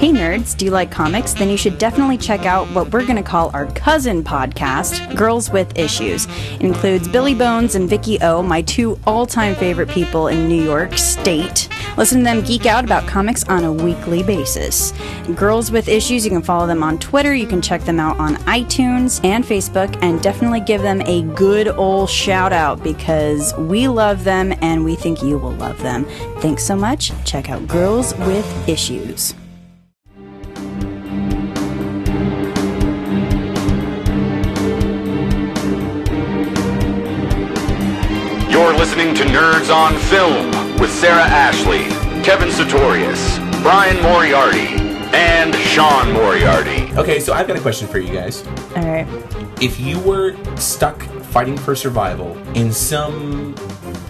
Hey nerds, do you like comics? Then you should definitely check out what we're going to call our cousin podcast, Girls with Issues. It includes Billy Bones and Vicky O, my two all-time favorite people in New York State. Listen to them geek out about comics on a weekly basis. Girls with Issues, you can follow them on Twitter, you can check them out on iTunes and Facebook, and definitely give them a good ol' shout out because we love them and we think you will love them. Thanks so much. Check out Girls with Issues. You're listening to Nerds on Film with Sarah Ashley, Kevin Sartorius, Brian Moriarty, and Sean Moriarty. Okay, so I've got a question for you guys. All right. If you were stuck fighting for survival in some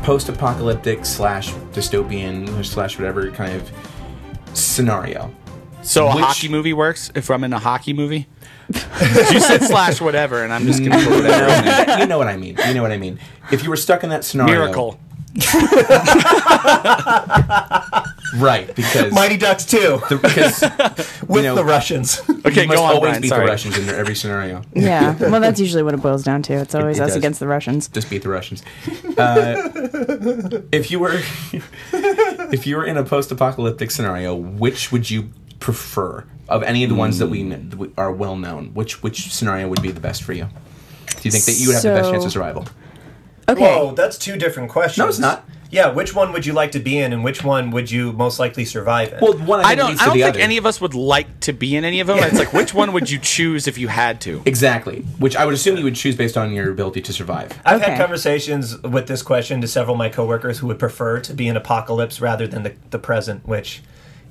post-apocalyptic slash dystopian slash whatever kind of scenario, So a Which- hockey movie works if I'm in a hockey movie. you said slash whatever, and I'm just gonna put whatever. in there. you know what I mean. You know what I mean. If you were stuck in that scenario, Miracle. right? Because Mighty Ducks 2 the, because with know- the Russians. Okay, you go must on. always Brian, beat sorry. the Russians in every scenario. Yeah. Well, that's usually what it boils down to. It's always it us does. against the Russians. just beat the Russians. Uh, if you were if you were in a post-apocalyptic scenario, which would you prefer of any of the ones that we kn- that we are well known? Which which scenario would be the best for you? Do you think that you would have the best So- chance of survival? Okay. Whoa, Oh, that's two different questions. No, it's not. Yeah, which one would you like to be in, and which one would you most likely survive in? Well, one I, I think don't. leads to I don't the think other. any of us would like to be in any of them. It's like which one would you choose if you had to? exactly. Which I would assume you would choose based on your ability to survive. I've Okay. had conversations with this question to several of my coworkers who would prefer to be in apocalypse rather than the, the present, which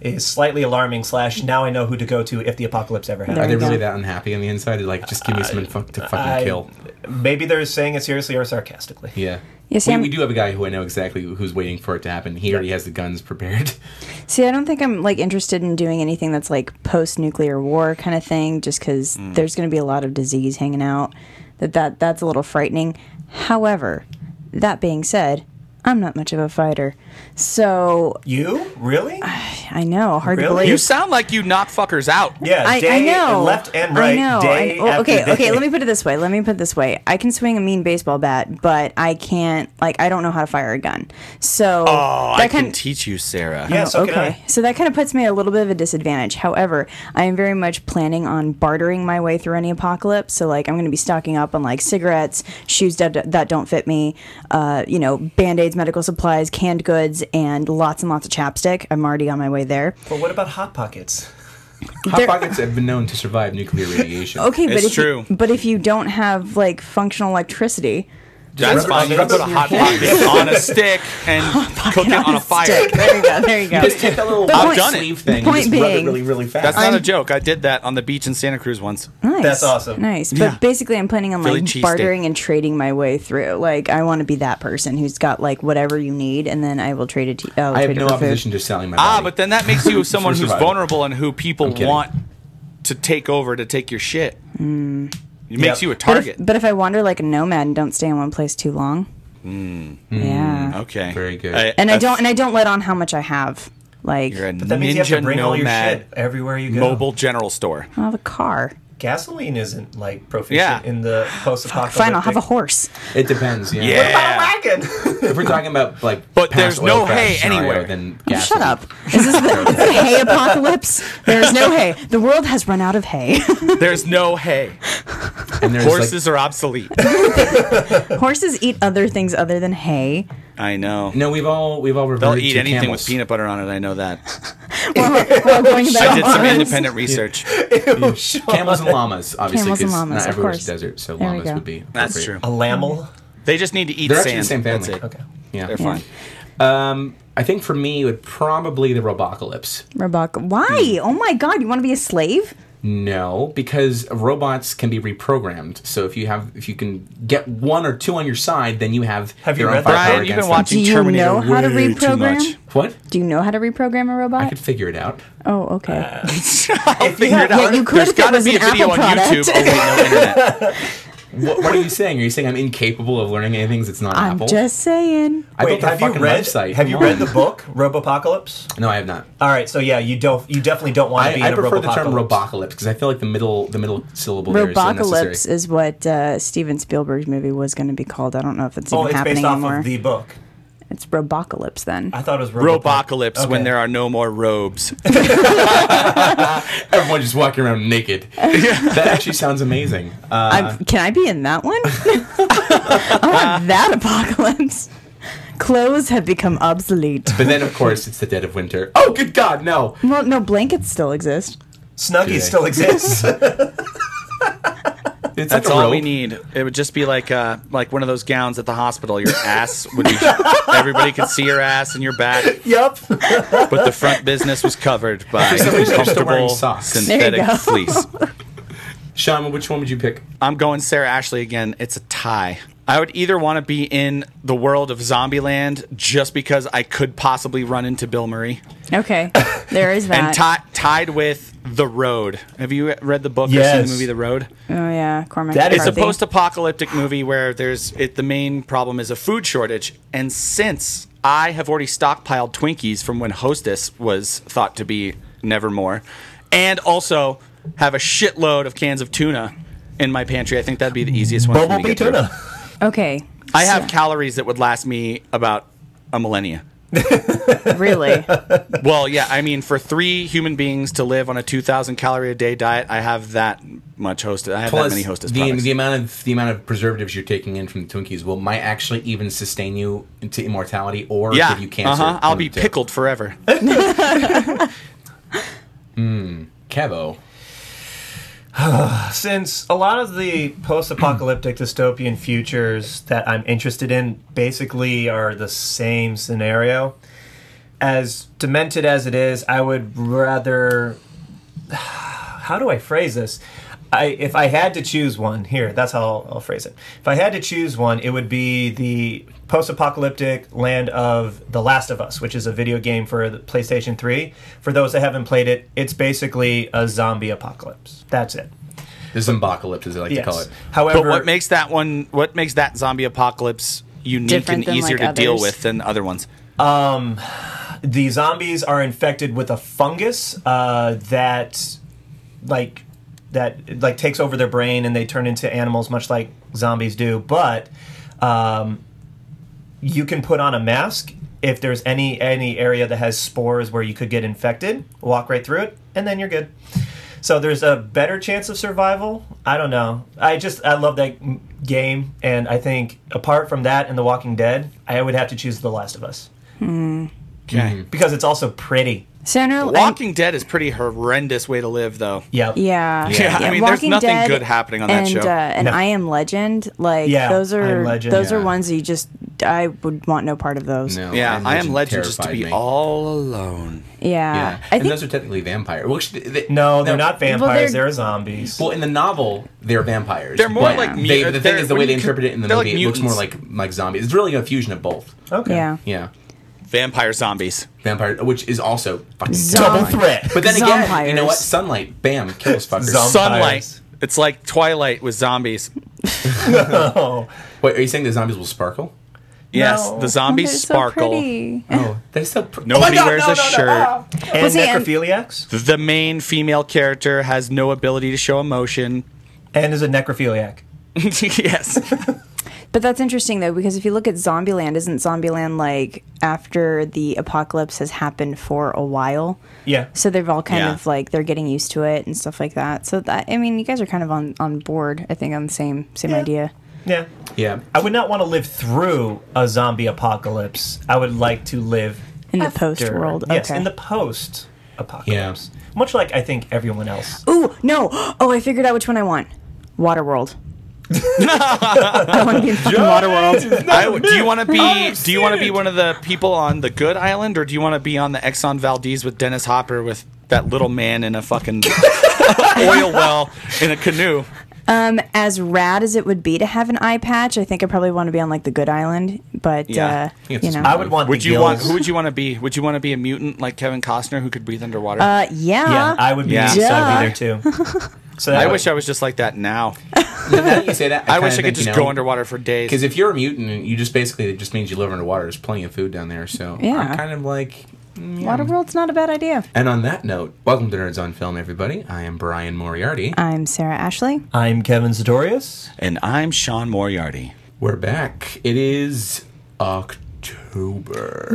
is slightly alarming. Slash, now I know who to go to if the apocalypse ever Are happens. they you go. really that unhappy on the inside? They're Like, just give me someone fuck to fucking I- kill. Maybe they're saying it seriously or sarcastically. Yeah. Yeah, see, we, I'm- we do have a guy who I know exactly who's waiting for it to happen. He already has the guns prepared. See, I don't think I'm like interested in doing anything that's like post nuclear war kind of thing, just because Mm. there's going to be a lot of disease hanging out. That that that's a little frightening. However, that being said, I'm not much of a fighter, so You really? I know hard to Really? believe. You sound like you knock fuckers out. Yeah, I, day I know. left and right. I know. Day I- well, after okay, day. okay. Let me put it this way. Let me put it this way. I can swing a mean baseball bat, but I can't. Like, I don't know how to fire a gun. So Oh, that I can kind- teach you, Sarah. Yeah, so can I. So that kind of puts me at a little bit of a disadvantage. However, I am very much planning on bartering my way through any apocalypse. So like I'm going to be stocking up on like cigarettes, shoes that, that don't fit me, uh, you know, band-aids, medical supplies, canned goods, and lots and lots of chapstick. I'm already on my way there. But what about hot pockets? Hot There- pockets have been known to survive nuclear radiation. Okay, but It's if true. You, but if you don't have like functional electricity, Rub That's it fine. on You your- can put a hot pocket on a stick and cook it Get on a fire. stick. There you go. There you go. Just take that little I've hot done it. sleeve thing. Point and just rub being- it really, really fast. That's not a I'm- joke. I did that on the beach in Santa Cruz once. Nice. That's awesome. Nice. But Yeah. basically, I'm planning on Philly like cheesesteak. bartering and trading my way through. Like, I want to be that person who's got like whatever you need, and then I will trade it to you. I have no opposition to selling my body. Ah, but then that makes you someone who's survival. vulnerable and who people kidding. want to take over to take your shit. It makes Yep. you a But if, target. but if I wander like a nomad and don't stay in one place too long, Hmm. yeah. okay. Very good. And I don't and I don't let on how much I have. Like, You're a I But that means you have to ninja bring all your nomad shit everywhere you go. mobile general store. don't have a car. gasoline isn't like Yeah. proficient in the post-apocalyptic. Fine, I'll have a horse. it depends. Yeah. Yeah. If we're talking about like, But past there's oil no crash hay scenario, anywhere. Then Oh, gas shut would- up. Is this the, is the hay apocalypse? There is no hay. The world has run out of hay. There's no hay. And there's Horses Like, are obsolete. Horses eat other things other than hay. I know. no, we've all we've all They'll reverted eat to anything camels. with peanut butter on it. I know that. Well, going back I did some to- independent research. Camels and llamas, obviously, because Camels and not llamas, of everywhere's course. desert, so There we llamas go. would be. That's appropriate. true. A lamel. They just need to eat They're sand. actually the same family. That's it. Okay. Yeah. They're fine. I think for me, it would probably the robocalypse. Rebecca. Why? Hmm. Oh my god, you want to be a slave? No, because robots can be reprogrammed. So if you have, if you can get one or two on your side, then you have. Have you your own read that? firepower Brian, you've been against them. watching Do you Terminator know how to way too reprogram? much. What? Do you know how to reprogram a robot? I could figure it out. oh, okay. If you had, Oh, yeah, you could There's if it gotta was be a an video Apple on YouTube. product. Oh wait, no internet. What, what are you saying? Are you saying I'm incapable of learning anything that's not I'm Apple? just saying. I Wait, built a have you fucking read? website. Have Come you on. read the book Robopocalypse? No, I have not. All right, so yeah, you don't. You definitely don't want to be I, I in a prefer the term Robopocalypse. robocalypse because I feel like the middle the middle syllable there is Robocalypse unnecessary. is what uh, Steven Spielberg's movie was going to be called. I don't know if it's oh, even it's happening based off anymore. of the Uh, book. It's Robocalypse then. I thought it was Robocalypse when Okay. there are no more robes. Everyone just walking around naked. that actually sounds amazing. Uh, I'm, can I be in that one? I want that apocalypse. Clothes have become obsolete. but then, of course, it's the dead of winter. Oh, good God, no! Well, no blankets still exist. Snuggies Today. still exists. It's That's like a all robe. we need. It would just be like uh, like one of those gowns at the hospital. Your ass would be. everybody could see your ass and your back, yep. but the front business was covered by some reason, they're still wearing comfortable socks. There you synthetic go. fleece. Sean, which one would you pick? I'm going Sarah Ashley again. It's a tie. I would either want to be in the world of Zombieland just because I could possibly run into Bill Murray, Okay, there is that. and ti- tied with The Road. Have you read the book or seen Yes. the movie The Road? oh yeah, Cormac. That is It's McCarthy. a post-apocalyptic movie where there's it, the main problem is a food shortage, and since I have already stockpiled Twinkies from when Hostess was thought to be Nevermore, and also have a shitload of cans of tuna in my pantry, I think that'd be the easiest one. for me to Bumblebee get through. tuna. Okay, I have calories that would last me about a millennia. really. Well, yeah, I mean, for three human beings to live on a 2,000 calorie a day diet, I have that much hostess. I have that many hostess the, products. the amount of the amount of preservatives you're taking in from the Twinkies will might actually even sustain you to immortality or yeah, give you cancer. uh-huh. I'll One be of the two. pickled forever. Kevo. Since a lot of the post-apocalyptic dystopian futures that I'm interested in basically are the same scenario, as demented as it is, I would rather. How do I phrase this? I, if I had to choose one, here, that's how I'll, I'll phrase it. If I had to choose one, it would be the post apocalyptic land of The Last of Us, which is a video game for the PlayStation 3. For those that haven't played it, it's basically a zombie apocalypse. That's it. This is apocalypse, as I like to call Yes. it. However, But what makes that one? What makes that zombie apocalypse unique and Different than, easier to like, deal others? with than other ones? the zombies are infected with a fungus uh, that, like, that like takes over their brain and they turn into animals, much like zombies do. But um, you can put on a mask if there's any any area that has spores where you could get infected. Walk right through it, and then you're good. So there's a better chance of survival. I don't know. I just I love that m- game, and I think apart from that and The Walking Dead, I would have to choose The Last of Us Okay. because it's also pretty. Sooner, Walking Dead is pretty horrendous way to live, though. Yeah. Yeah. Yeah, I mean, there's nothing good happening on that and, show. Uh, and No. I Am Legend, like Yeah, those I Am are Legend, those are yeah. ones that you just I would want no part of those. No, Yeah, I am legend just to Oh, terrified be me. all alone. Yeah. Yeah, I and think those are technically vampires. No, they're not vampires. they're- they're, zombies. Well, in the novel, they're vampires. They're more but like mu- they, the thing they're- is the way when they you interpret it in the they're like movie. it looks more like mutants. like zombies. It's really a fusion of both. okay. yeah. Yeah, Vampire zombies. vampire, which is also fucking Zom- Double Zombies. threat. But then again, you know what? Zompires. Sunlight, bam, kills fuckers. Zom- Sunlight. Vampires. It's like Twilight with zombies. oh, Wait, are you saying the zombies will sparkle? Yes, the zombies They're so sparkle. pretty. Oh, they're so. Pr- Nobody oh my God, no, wears a no, no, shirt. ah! and Was he in- necrophiliacs, The main female character has no ability to show emotion. and is a necrophiliac. yes. But that's interesting though, because if you look at Zombieland, isn't Zombieland like after the apocalypse has happened for a while? Yeah. So they've all kind Yeah. of like they're getting used to it and stuff like that. So that I mean, you guys are kind of on on board. I think on the same same idea. Yeah. Yeah. I would not want to live through a zombie apocalypse. I would like to live In the post after- world, Yes, okay. in the post apocalypse. Much like I think everyone else. Ooh, no. Oh, I figured out which one I want. Waterworld. I want to be in fucking Waterworld. I would- do you want to be? Do you want to be one of the people on the Good Island, or do you want to be on the Exxon Valdez with Dennis Hopper with that little man in a fucking oil well in a canoe? As rad as it would be to have an eye patch, I think I probably want to be on like the Good Island. But Yeah. I uh, think it's you a know, I would want. Would the you want? gills. Who would you want to be? Would you want to be a mutant like Kevin Costner who could breathe underwater? uh, yeah. Yeah, I would be. Yeah. Yeah. So I'd be there too. So that I would- wish I was just like that now. now that you say that, I wish I could just go underwater for days. Because if you're a mutant, you just basically it just means you live underwater. There's plenty of food down there, so Yeah. I'm kind of like. Waterworld's not a bad idea. And on that note, welcome to Nerds on Film, everybody. I am Brian Moriarty. I'm Sarah Ashley. I'm Kevin Satorius. and I'm Sean Moriarty. We're back. It is October.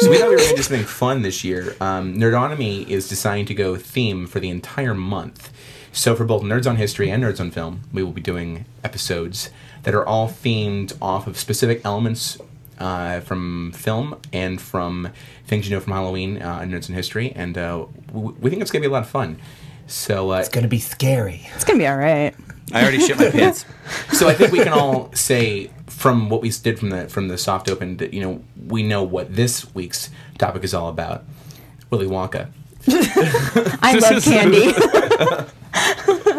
So we thought we were going to do something fun this year. Um, Nerdonomy is deciding to go theme for the entire month. So for both Nerds on History and Nerds on Film, we will be doing episodes that are all themed off of specific elements uh, from film and from things you know from Halloween uh, and Nerds on History. And uh, we, we think it's going to be a lot of fun. So uh, It's gonna be scary. It's gonna be all right. I already shit my pants. so I think we can all say from what we did from the from the soft open that you know we know what this week's topic is all about. Willy Wonka. I love candy.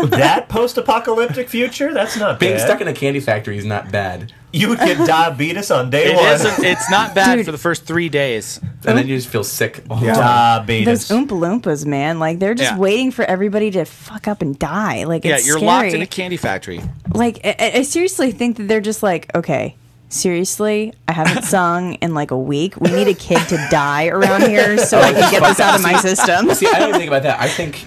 that post-apocalyptic future? That's not Being bad. stuck in a candy factory is not bad, you would get diabetes on day It one. isn't. It's not bad Dude. for the first three days. and then you just feel sick. all the time. Diabetes. Those Oompa Loompas, man, like they're just Yeah. waiting for everybody to fuck up and die. Like Yeah, it's you're scary. locked in a candy factory. like I, I- I seriously think that they're just like okay seriously i haven't sung in like a week we need a kid to die around here so i can get this out of my system See, I didn't even think about that. I think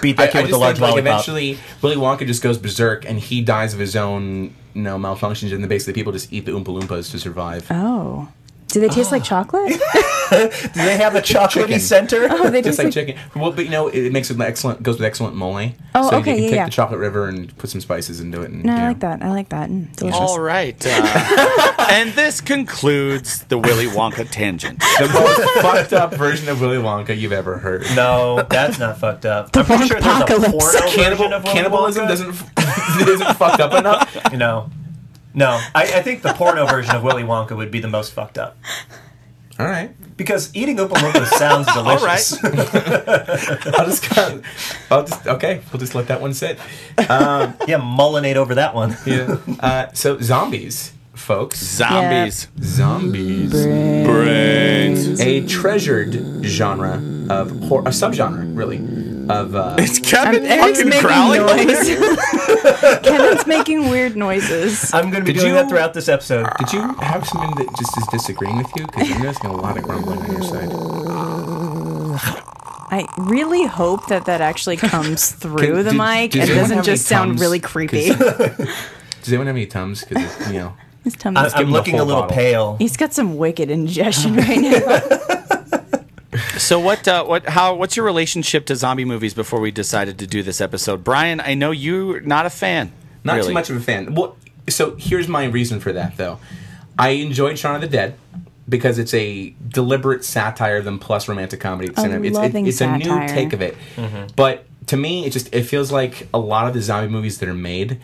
Beat I, I that kid just with a large think, like, lollipop. eventually Willy Wonka just goes berserk and he dies of his own you know malfunctions, and then basically people just eat the Oompa Loompas to survive. oh do they taste like chocolate Do they have a chocolatey Chicken. center? oh they Just taste like like, chicken. Well, but you know, it it makes an excellent goes with excellent mole. Oh, so okay, you can yeah, take yeah. the chocolate river and put some spices into it. And, no you i know. like that i like that Mm, delicious All right. uh, and this concludes the Willy Wonka tangent. the most fucked up version of Willy Wonka you've ever heard. No, that's not fucked up. I'm pretty sure there's a apocalypse. porno version Cannibal, of Willy cannibalism Wonka. doesn't f- isn't fucked up enough. No, no. I, I think the porno version of Willy Wonka would be the most fucked up All right, because eating Oompa Loompa sounds delicious. I'll just kind I'll just okay. We'll just let that one sit. yeah, mullinate over that one. Yeah. Uh, so zombies, folks, Zombies. zombies, Brains. a treasured genre of hor- a subgenre, really, of uh, Is Kevin Eric's fucking making growling? like noise. that? Kevin's making weird noises. I'm going to be Did doing you- that throughout this episode. Did you have someone that just is disagreeing with you? Because I'm noticing a lot of grumbling on your side. I really hope that that actually comes through Can- the do- mic does and anyone doesn't have any just sound Tums? really creepy. 'Cause- Does anyone have any tums? Because you know, His tummy I, is- give him I'm the looking a whole little bottle. pale. He's got some wicked ingestion right now. So what? Uh, what? How? What's your relationship to zombie movies before we decided to do this episode, Brian? I know you're not a fan. not really. too much of a fan. Well, so here's my reason for that though. I enjoyed Shaun of the Dead because it's a deliberate satire of them plus romantic comedy. at the same time. It's, it- loving it's a new satire. take of it. Mm-hmm. But to me, it just it feels like a lot of the zombie movies that are made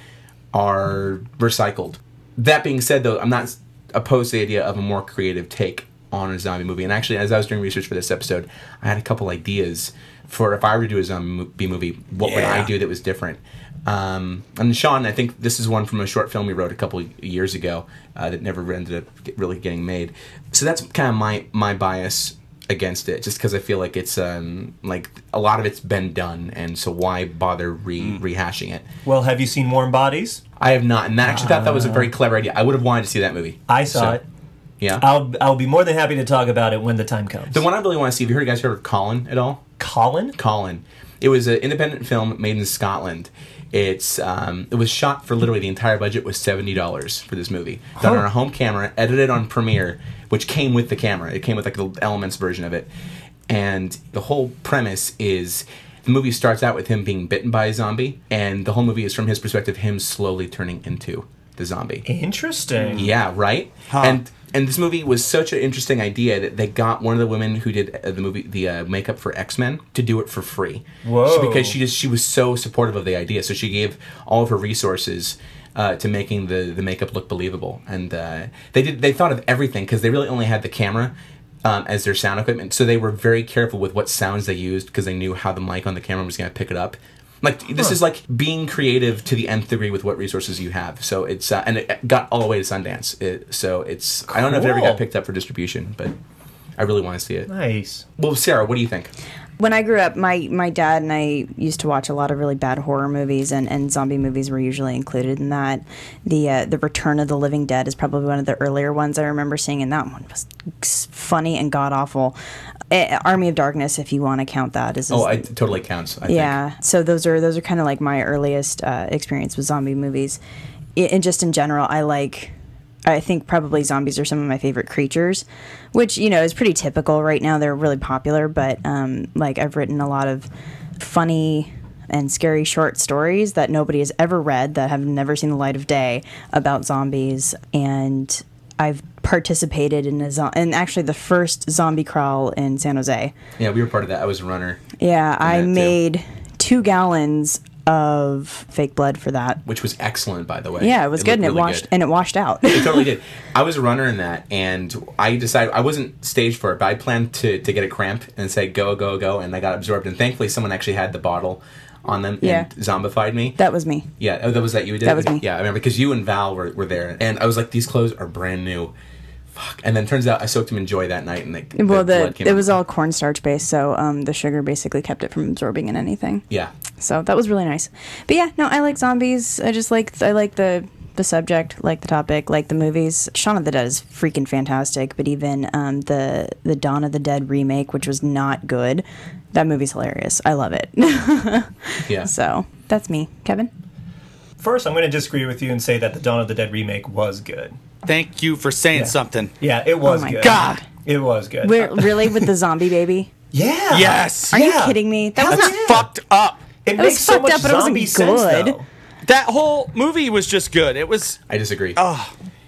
are recycled. That being said, though, I'm not opposed to the idea of a more creative take on a zombie movie. And actually, as I was doing research for this episode, I had a couple ideas for if I were to do a zombie movie, what would I Yeah. do that was different? Um, and Sean, I think this is one from a short film we wrote a couple years ago uh, that never ended up get- really getting made. So that's kind of my my bias against it, just because I feel like it's um, like a lot of it's been done, and so why bother re- Hmm. rehashing it? Well, have you seen Warm Bodies? I have not, and I actually thought that was a very clever idea. I would have wanted to see that movie. Uh. I saw So, it. Yeah. I'll I'll be more than happy to talk about it when the time comes. the one I really want to see. Have you heard you guys heard of Colin at all? Colin? Colin. It was an independent film made in Scotland. It's um, it was shot for literally the entire budget was seventy dollars for this movie. Done on a home camera, edited on Premiere, which came with the camera. It came with like the Elements version of it, and the whole premise is the movie starts out with him being bitten by a zombie, and the whole movie is from his perspective, him slowly turning into the zombie. Interesting. Yeah, right. And and this movie was such an interesting idea that they got one of the women who did uh, the movie the uh, makeup for X Men to do it for free. Whoa. She- because she just she was so supportive of the idea, so she gave all of her resources. Uh, to making the, the makeup look believable, and uh, they did they thought of everything because they really only had the camera um, as their sound equipment, so they were very careful with what sounds they used because they knew how the mic on the camera was going to pick it up. Like this is like being creative to the nth degree with what resources you have. So it's uh, and it got all the way to Sundance. It, so it's I don't know if it ever Cool. got picked up for distribution, but I really want to see it. Nice. Well, Sarah, what do you think? When I grew up, my, my dad and I used to watch a lot of really bad horror movies, and, and zombie movies were usually included in that. The uh, the Return of the Living Dead is probably one of the earlier ones I remember seeing, and that one was funny and god awful. Eh, Army of Darkness, if you want to count that, is, is Oh, it totally counts. I think. yeah. So those are those are kind of like my earliest uh, experience with zombie movies, I- and just in general, I like. I think probably zombies are some of my favorite creatures, which you know is pretty typical right now. They're really popular, but um, like I've written a lot of funny and scary short stories that nobody has ever read that have never seen the light of day about zombies and. I've participated in a zo- and actually the first zombie crawl in San Jose. Yeah, we were part of that. I was a runner, Yeah, I that, too. made two gallons of fake blood for that. which was excellent, by the way. Yeah, it was looked good, and it really washed good. and it washed out. It totally did. I was a runner in that, and I decided I wasn't staged for it, but I planned to, to get a cramp and say go go go, and I got absorbed. And thankfully, someone actually had the bottle on them Yeah. and zombified me. that was me. yeah, oh, that was that you who did. That it? was me. Yeah, I remember because you and Val were, were there, and I was like, these clothes are brand new. Fuck. And then turns out I soaked them in joy that night, and they, Well, the, blood came it out. was all cornstarch based, so um, the sugar basically kept it from absorbing in anything. yeah. So that was really nice. But yeah, no, I like zombies. I just like I like the the subject, like the topic, like the movies. Shaun of the Dead is freaking fantastic, but even um, the the Dawn of the Dead remake, which was not good, that movie's hilarious. I love it. Yeah. so that's me, Kevin. First, I'm going to disagree with you and say that the Dawn of the Dead remake was good. Thank you for saying something. Yeah, it was my good. God. It was good. Wait, really with the zombie baby? yeah. Yes. Are Are you kidding me? That was That's fucked up. It was makes so fucked much up, but it wasn't zombie sense, good. though. That whole movie was just good. It was I disagree.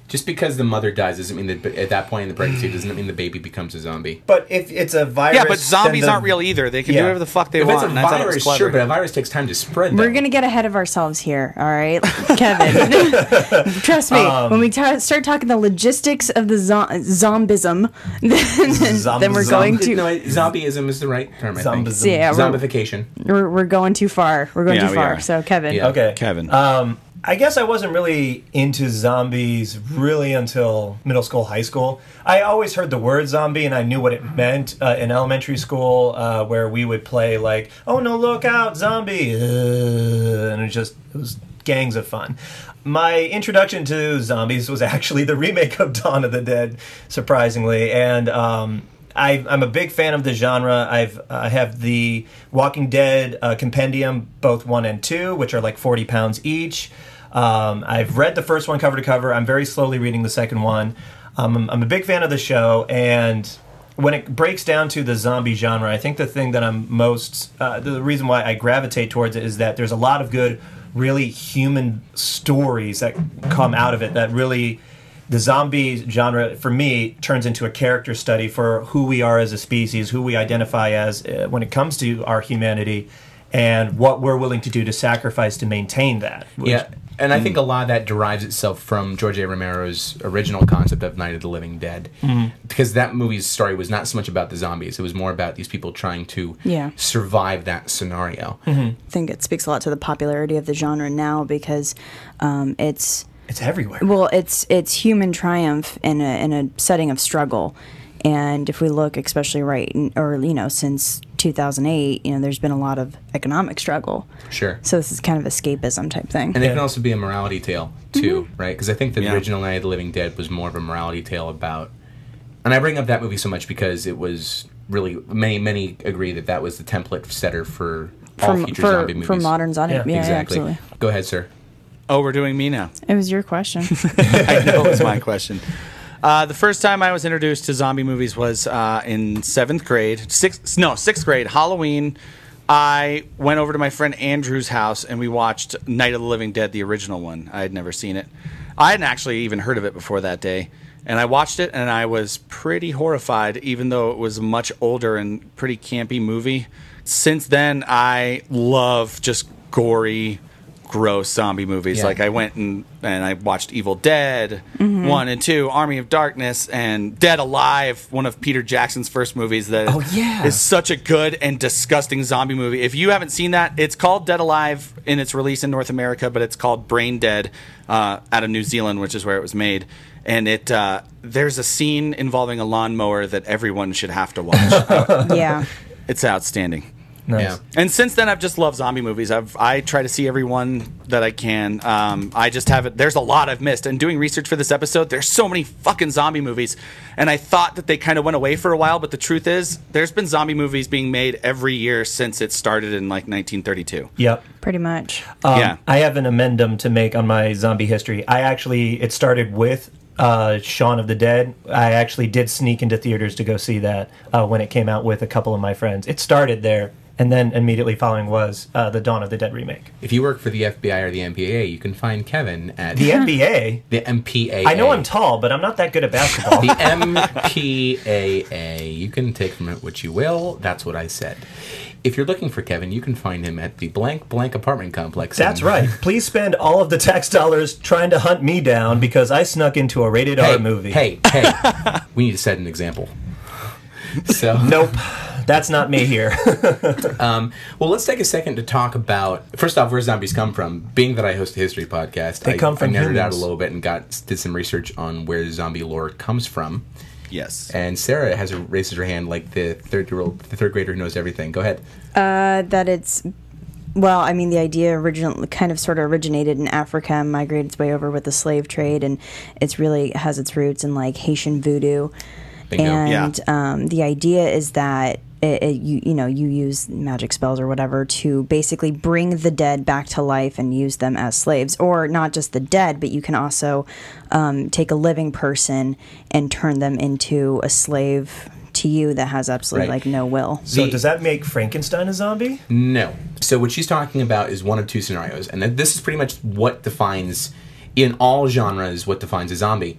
Just because the mother dies doesn't mean that at that point in the pregnancy doesn't mean the baby becomes a zombie. But if it's a virus, yeah, but zombies then the- aren't real either. They can Yeah. do whatever the fuck they If want. it's a and I thought it was virus, clever. sure, but a virus takes time to spread. We're though. gonna get ahead of ourselves here, all right, Kevin. Trust me, when we ta start talking the logistics of the zo- zombism, then, Zomb- then we're going zomb- to No, I- zombieism is the right term. I think. Zombism. yeah, we're, Zombification. we're, we're going too far. We're going Yeah, too we far. are. So, Kevin, Yeah. Okay. Kevin. Um, I guess I wasn't really into zombies really until middle school, high school. I always heard the word zombie and I knew what it meant uh, in elementary school, uh, where we would play like, "Oh no, look out, zombie!" uh, and it just it was gangs of fun. My introduction to zombies was actually the remake of Dawn of the Dead, surprisingly, and um, I, I'm a big fan of the genre. I've I have the Walking Dead uh, compendium, both one and two, which are like 40 pounds each. Um, I've read the first one cover to cover. I'm very slowly reading the second one. Um, I'm, I'm a big fan of the show, and when it breaks down to the zombie genre, I think the thing that I'm most uh, the reason why I gravitate towards it is that there's a lot of good, really human stories that come out of it that really the zombie genre for me turns into a character study for who we are as a species, who we identify as uh, when it comes to our humanity, and what we're willing to do to sacrifice to maintain that. which- Yeah, and I think a lot of that derives itself from George A. Romero's original concept of Night of the Living Dead, because that movie's story was not so much about the zombies; it was more about these people trying to Yeah. survive that scenario. I think it speaks a lot to the popularity of the genre now because um, it's It's everywhere. well, it's it's human triumph in a in a setting of struggle. And if we look, especially right, in- or you know, since 2008, you know, there's been a lot of economic struggle. Sure. So this is kind of escapism type thing. And it can also be a morality tale too, Mm-hmm. right? Because I think the Yeah. original Night of the Living Dead was more of a morality tale about, and I bring up that movie so much because it was really many many agree that that was the template setter for all for future for, zombie movies. for modern zombie, yeah, Yeah, exactly. absolutely. Go ahead, sir. oh, we're doing me now. It was your question. I know it was my question. Uh, the first time I was introduced to zombie movies was uh, in seventh grade, sixth no sixth grade Halloween. I went over to my friend Andrew's house and we watched Night of the Living Dead, the original one. I had never seen it. I hadn't actually even heard of it before that day, and I watched it and I was pretty horrified, even though it was a much older and pretty campy movie. Since then, I love just gory gross zombie movies. Yeah. Like I went and, and I watched Evil Dead one and two, Army of Darkness, and Dead Alive, one of Peter Jackson's first movies. That oh yeah. is such a good and disgusting zombie movie. If you haven't seen that, it's called Dead Alive in its release in North America, but it's called Brain Dead uh, out of New Zealand, which is where it was made. And it uh, there's a scene involving a lawnmower that everyone should have to watch. yeah. It's outstanding. Nice. Yeah. And since then, I've just loved zombie movies. I've I try to see every one that I can. Um, I just haven't. There's a lot I've missed. And doing research for this episode, there's so many fucking zombie movies. And I thought that they kind of went away for a while, but the truth is, there's been zombie movies being made every year since it started in like 1932. Yep. Pretty much. Uh, Um, yeah. I have an amendum to make on my zombie history. I actually, it started with uh, Shaun of the Dead. I actually did sneak into theaters to go see that uh, when it came out with a couple of my friends. It started there, and then immediately following was uh, the Dawn of the Dead remake. If you work for the FBI or the MPAA, you can find Kevin at The NBA. the MPAA. I know I'm tall, but I'm not that good at basketball. The MPAA. You can take from it what you will. That's what I said. If you're looking for Kevin, you can find him at the blank blank apartment complex. That's in- right. Please spend all of the tax dollars trying to hunt me down because I snuck into a rated Hey, R movie. Hey, hey. we need to set an example. So Nope. That's not me here. Well, let's take a second to talk about first off where zombies come from. Being that I host a history podcast, They I, come from I nerded out a humans. little bit and got did some research on where zombie lore comes from. Yes. And Sarah has raises her hand like the third year old, the third grader who knows everything. Go ahead. that it's well i mean the idea originally kind of sort of originated in africa and migrated its way over with the slave trade and it's really has its roots in like haitian voodoo Bingo. and um, the idea is that it, it, you you know you use magic spells or whatever to basically bring the dead back to life and use them as slaves, or not just the dead, but you can also um, take a living person and turn them into a slave to you that has absolutely Right. like no will. so The- does that make Frankenstein a zombie? No. So what she's talking about is one of two scenarios, and th- this is pretty much what defines, in all genres, what defines a zombie.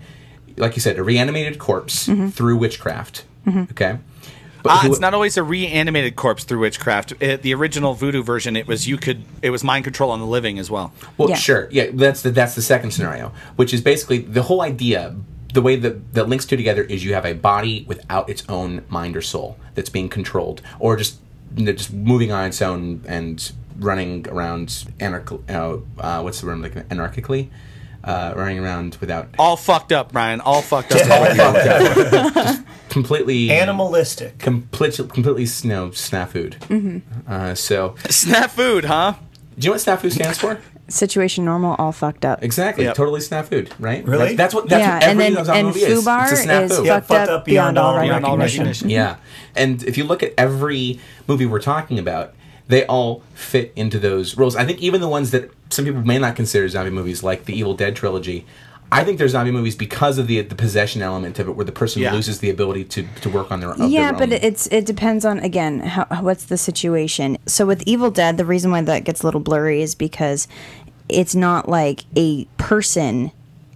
Like you said, a reanimated corpse through witchcraft. Okay. But Mm-hmm. Ah, who- it's not always a reanimated corpse through witchcraft. It, the original voodoo version, it was you could, it was mind control on the living as well. Well, Yeah. sure. Yeah, that's the that's the second scenario, which is basically the whole idea. The way that that links two together is you have a body without its own mind or soul that's being controlled, or just you know, just moving on its own and running around anarch. Uh, uh, what's the word? I'm looking at? anarchically, uh, running around without All fucked up, Brian. All fucked up. completely Animalistic. Completely, completely snow snafu'd. Mm-hmm. Uh, so, Snap food, huh? do you know what snafu stands for? Situation normal, all fucked up. Exactly, Yep. totally snafu'd, right? Really? That's, that's what. That's yeah, what every and then zombie and movie is. Fubar It's is, a snafu. fucked, Yeah, up, beyond all recognition. beyond all recognition. Yeah. And if you look at every movie we're talking about, they all fit into those rules. I think even the ones that some people may not consider zombie movies, like the Evil Dead trilogy, I think they're zombie movies because of the the possession element of it, where the person Yeah. loses the ability to, to work on their, of Yeah, their own. but it's it depends on again how, what's the situation. So with Evil Dead, the reason why that gets a little blurry is because it's not like a person,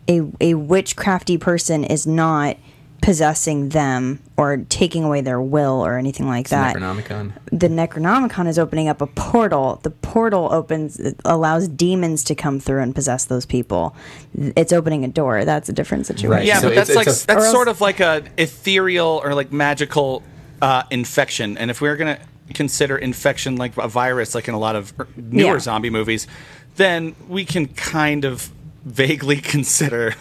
a a witchcrafty person is not possessing them or taking away their will or anything like that Necronomicon. the Necronomicon is opening up a portal. The portal opens allows demons to come through and possess those people. It's opening a door. That's a different situation. Right. Yeah, So but it's- that's like it's a- Or that's else- sort of like a ethereal or like magical uh, infection. And if we are gonna consider infection like a virus, like in a lot of er- newer Yeah. zombie movies, then we can kind of vaguely consider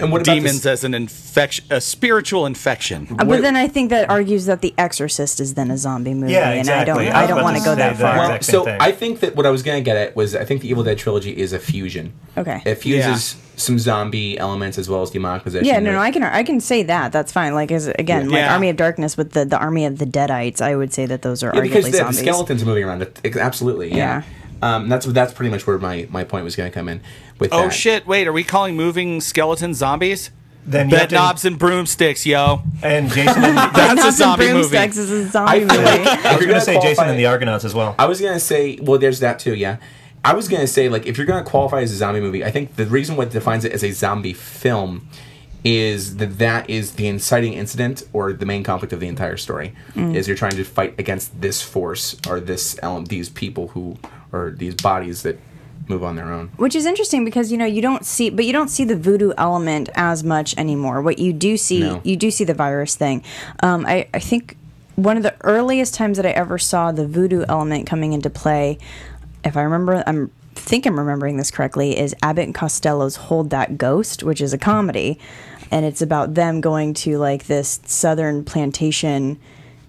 And what about demons this- as an infection, a spiritual infection. Uh, But Wait. then I think that argues that The Exorcist is then a zombie movie, Yeah, and exactly. I I don't I was don't about want to to go say that that far. exact- same so thing. I think that what I was gonna get at was I think the Evil Dead trilogy is a fusion. Okay. It fuses some zombie elements as well as demonic possession. Yeah, no, with- no, I can I can say that. That's fine. Like is again, like Yeah. Army of Darkness with the, the Army of the Deadites, I would say that those are Yeah, arguably because the, the zombies. skeletons are moving around. It- it- Absolutely, yeah. Um, that's that's pretty much where my, my point was going to come in. With Oh that. shit! Wait, are we calling moving skeleton zombies? Then you have Bed to- knobs and broomsticks, yo. and Jason. And the, That's a Knots and zombie movie. Broomsticks is a zombie feel movie. like- I was You're going gonna to say Jason qualify- and the Argonauts as well. I was going to say, well, there's that too. Yeah, I was going to say like if you're going to qualify as a zombie movie, I think the reason what defines it as a zombie film is that that is the inciting incident or the main conflict of the entire story Mm. is you're trying to fight against this force or this element, these people who or these bodies that move on their own. which is interesting because you know you don't see but you don't see the voodoo element as much anymore what you do see No. you do see the virus thing um, I, I think one of the earliest times that i ever saw the voodoo element coming into play if i remember i'm think i'm remembering this correctly is abbott and costello's hold that ghost which is a comedy and it's about them going to like this southern plantation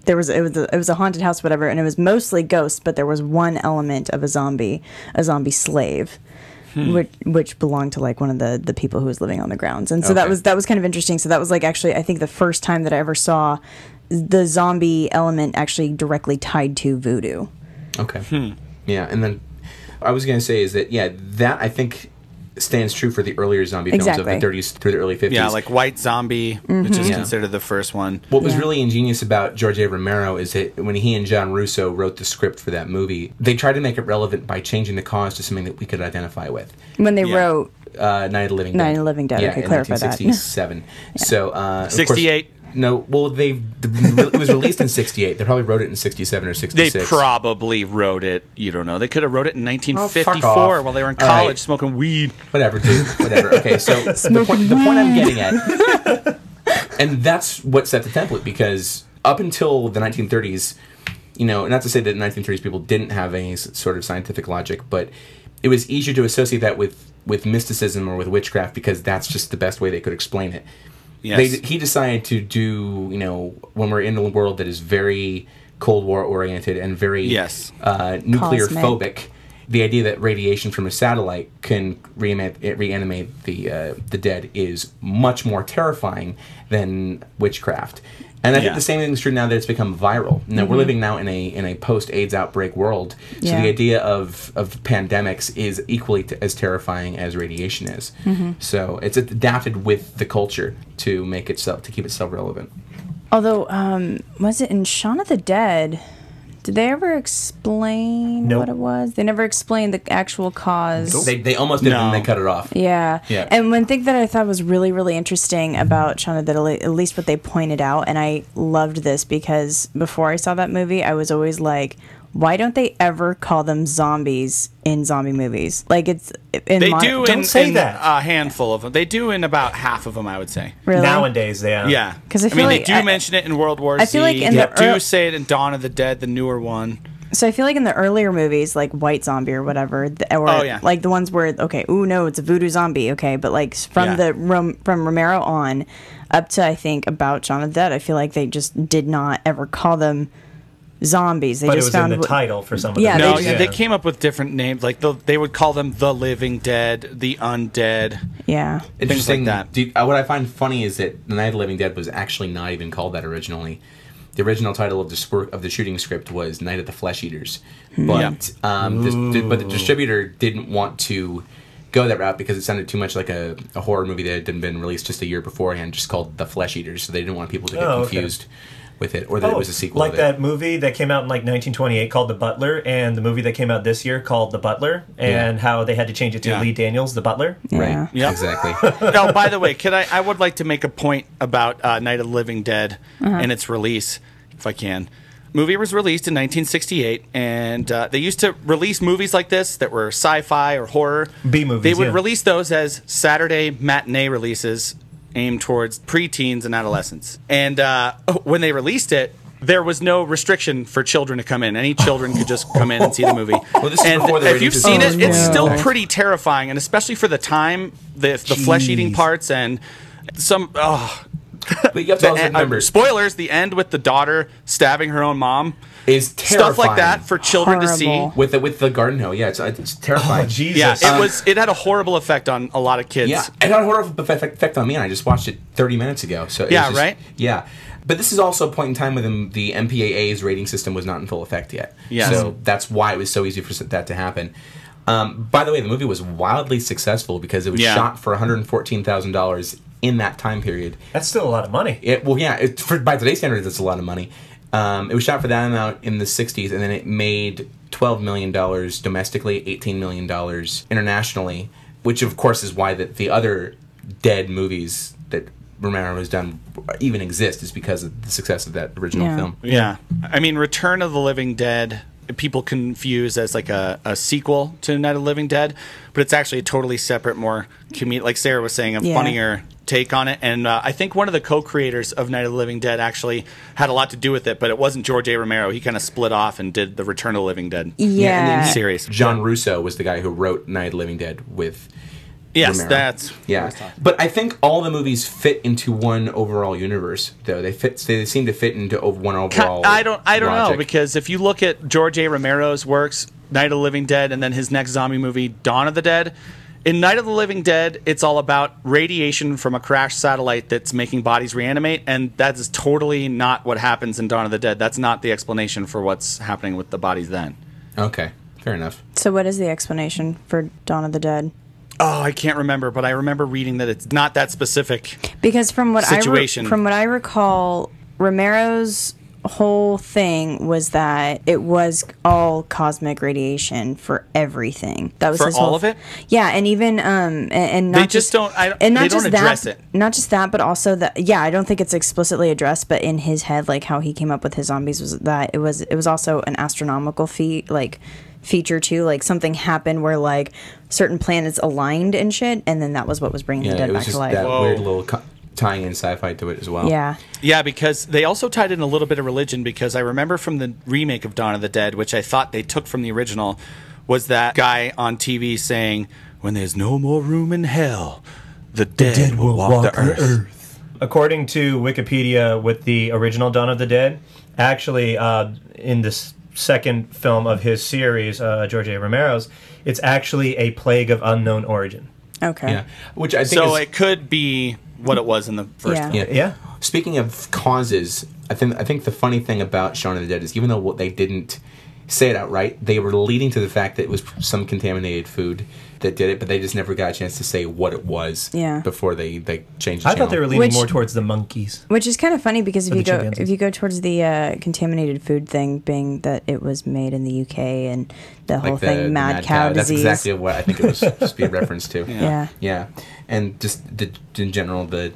there was it was a, it was a haunted house, whatever, and it was mostly ghosts, but there was one element of a zombie, a zombie slave. Which, which belonged to like one of the the people who was living on the grounds, and so that Okay. was that was kind of interesting. So that was like actually, I think the first time that I ever saw the zombie element actually directly tied to voodoo. Okay. Hmm. Yeah, and then I was gonna say is that yeah, that I think stands true for the earlier zombie films Exactly. of the 30s through the early 50s. Yeah, like White Zombie, which is Mm-hmm. Yeah. considered the first one. What was Yeah. really ingenious about George A. Romero is that when he and John Russo wrote the script for that movie, they tried to make it relevant by changing the cause to something that we could identify with. when they Yeah. wrote Uh, Night of the Living Dead. Night of the Living Dead, Yeah, okay, in clarify that. 1967. So uh, of course- 68. no, well, they it was released in '68. They probably wrote it in '67 or They '66. probably wrote it. You don't know. They could have wrote it in Oh, fuck 1954 off. while they were in All right. college smoking weed. whatever, dude. Whatever. Okay, so the point, the point I'm getting at, and that's what set the template because up until the 1930s, you know, not to say that the 1930s people didn't have any s- sort of scientific logic, but it was easier to associate that with with mysticism or with witchcraft because that's just the best way they could explain it. Yes. They, he decided to do, you know, when we're in a world that is very Cold War oriented and very Yes. uh, nuclear Cosmic. phobic, the idea that radiation from a satellite can reanimate, eh, reanimate the uh, the dead is much more terrifying than witchcraft. And I Yeah. think the same thing is true now that it's become viral. Now we're living now in a in a post AIDS outbreak world, so Yeah. the idea of of pandemics is equally t- as terrifying as radiation is. Mm-hmm. So it's adapted with the culture to make itself to keep itself relevant. although um was it in Shaun of the Dead did they ever explain Nope. what it was they never explained the actual cause They they almost did, and No. then they cut it off. Yeah. Yeah. And one thing that I thought was really, really interesting about Shaun of the Dead, at least what they pointed out, and I loved this because before I saw that movie, I was always like, why don't they ever call them zombies in zombie movies? Like it's in They mon- do Don't in, say in that. a handful of them. They do in about half of them, I would say. really? Nowadays, they are. Yeah, 'Cause I mean feel they like do I- mention it in World War Z. I feel like in they the do ear- say it in Dawn of the Dead, the newer one. So I feel like in the earlier movies, like White Zombie or whatever, the, or Oh, yeah. like the ones where okay, ooh no, it's a voodoo zombie, okay, but like s- from Yeah. the Rom- from Romero on up to I think about Shaun of the Dead, I feel like they just did not ever call them zombies. They But it just was in found the w- title for some of Yeah, them. No, they yeah, they came up with different names. Like the, they would call them the Living Dead, the Undead. yeah. interesting like that. do you- uh, what I find funny is that the Night of the Living Dead was actually not even called that originally. The original title of the squir- of the shooting script was Night of the Flesh Eaters, Hmm. but um, this, di- but the distributor didn't want to go that route because it sounded too much like a, a horror movie that had been released just a year beforehand, just called The Flesh Eaters. So they didn't want people to get Oh, okay. Oh, confused with it, or that it was a sequel. like of it. that movie that came out in like 1928 called The Butler, and the movie that came out this year called The Butler, and Yeah. how they had to change it to Yeah. Lee Daniels, The Butler. Yeah. right? Yeah. exactly. no, by the way, could I? I would like to make a point about uh, Night of the Living Dead and its release, if I can. Movie was released in 1968, and uh, they used to release movies like this that were sci-fi or horror B movies, They would yeah. release those as Saturday matinee releases aimed towards preteens and adolescents. And uh, when they released it. There was no restriction for children to come in. Any children could just come in and see the movie. Well, this is and before the if rating you've system seen was it, it's introduced. still Oh. pretty terrifying, and especially for the time, the, the flesh eating Jeez. parts and some. Oh, but you have to also and- uh, remember spoilers: the end with the daughter stabbing her own mom, is terrifying. stuff like that for children to Horrible. see. with the with the garden hoe. Yeah, it's, it's terrifying. Jesus. Yeah, it was. It had a horrible effect on a lot of kids. Yeah, it had a horrible eff- effect on me, and I just watched it 30 minutes ago. So it was Yeah, just- right? Yeah, but this is also a point in time when the, the MPAA's rating system was not in full effect yet. Yes. so that's why it was so easy for s- that to happen. Um, by the way, the movie was wildly successful because it was Yeah. shot for 114 thousand dollars in that time period. That's still a lot of money. It, well, yeah, it, for, by today's standards, that's a lot of money. Um, it was shot for that amount in the 60s, and then it made $12 million domestically, $18 million internationally, which, of course, is why that the other dead movies that Romero has done even exist, is because of the success of that original Yeah. film. Yeah. I mean, Return of the Living Dead, people confuse as like a, a sequel to Night of the Living Dead, but it's actually a totally separate, more comedic, like Sarah was saying, a Yeah. funnier take on it. And uh, I think one of the co creators of Night of the Living Dead actually had a lot to do with it, but it wasn't George A. Romero. He kind of split off and did the Return of the Living Dead Yeah. and series. John Russo was the guy who wrote Night of the Living Dead with Yes, Romero. that's yeah. But I think all the movies fit into one overall universe, though they fit. They seem to fit into o- one overall. I don't I don't know logic. because if you look at George A. Romero's works, Night of the Living Dead, and then his next zombie movie, Dawn of the Dead. In Night of the Living Dead, it's all about radiation from a crashed satellite that's making bodies reanimate, and that is totally not what happens in Dawn of the Dead. That's not the explanation for what's happening with the bodies then. Okay, fair enough. So, what is the explanation for Dawn of the Dead? Oh, I can't remember, but I remember reading that it's not that specific. Because from what Situation. I re- from what I recall, Romero's whole thing was that it was all cosmic radiation for everything. That was For his all whole- of it? Yeah, and even um and, and not They just don't- I don't- and not they don't just address that, it. Not just that, but also that. Yeah, I don't think it's explicitly addressed, but in his head, like how he came up with his zombies was that it was it was also an astronomical feat, like feature too. Like something happened where like certain planets aligned and shit, and then that was what was bringing the Yeah, dead it back was to just life. that Whoa. weird little co- tying in sci-fi to it as well. Yeah. Yeah, because they also tied in a little bit of religion because I remember from the remake of Dawn of the Dead, which I thought they took from the original, was that guy on TV saying, "When there's no more room in hell, the dead, will walk, the earth." According to Wikipedia, with the original Dawn of the Dead, actually, uh, in this second film of his series, uh, George A. Romero's, it's actually a plague of unknown origin. Okay. Yeah, which I think. So is, it could be what it was in the first. Yeah. one. yeah. Yeah. Speaking of causes, I think I think the funny thing about Shaun of the Dead is even though what they didn't say it outright, they were leading to the fact that it was some contaminated food that did it, but they just never got a chance to say what it was Yeah. before they they changed. The I thought they were channel. leaning Which- more towards the monkeys. Which is kind of funny because if Or you the go chimpanzees. if you go towards the uh, contaminated food thing, being that it was made in the UK and the whole like the, thing, the mad, cow, That's disease. exactly what I think it was supposed to be a reference to. Yeah. yeah. and just the, in general the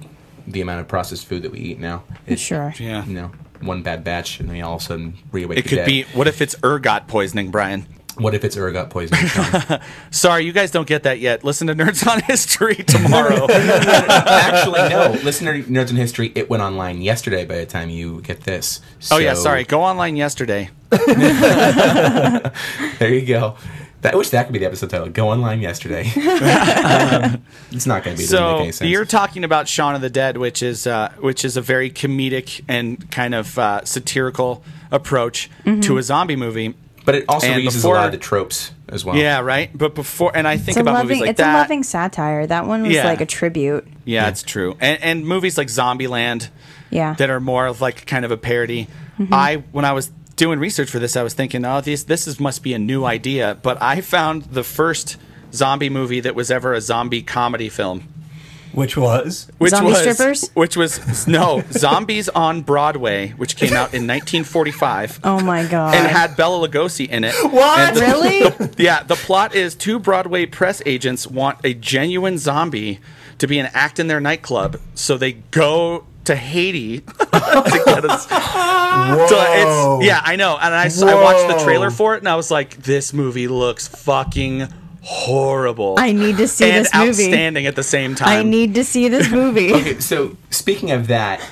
the amount of processed food that we eat now. It's, Sure. Yeah. You know, one bad batch, and then all of a sudden reawake. It the could dead. be. What if it's ergot poisoning, Brian? What if it's ergot poisoning? Sorry, you guys don't get that yet. Listen to Nerds on History tomorrow. Actually, no. Listener Nerds in History, it went online yesterday by the time you get this. oh yeah, So, sorry. Go online yesterday. There you go. That, I wish that could be the episode title. Go online yesterday. Um, it's not going to be. It doesn't make so any sense. you're talking about Shaun of the Dead, which is uh, which is a very comedic and kind of uh, satirical approach Mm-hmm. to a zombie movie. but it also and reuses a before- lot of the tropes as well. Yeah, right. But before, and I think It's a about loving movies like it's that. a loving satire. That one was Yeah. like a tribute. yeah, it's true. And, and movies like Zombieland Yeah. Mm-hmm. that are more of like kind of a parody. I when I was doing research for this, I was thinking, oh, this this is, must be a new idea. But I found the first zombie movie that was ever a zombie comedy film. Which was? which Zombie was, strippers? Which was no zombies on Broadway, which came out in 1945. oh my god. And had Bella Lugosi in it. What? And the- really? yeah, the plot is two Broadway press agents want a genuine zombie to be an act in their nightclub, so they go to Haiti to get us. So it's, yeah, I know. And I, s- I watched the trailer for it, and I was like, this movie looks fucking horrible. I need to see and this movie. outstanding at the same time. I need to see this movie. So speaking of that,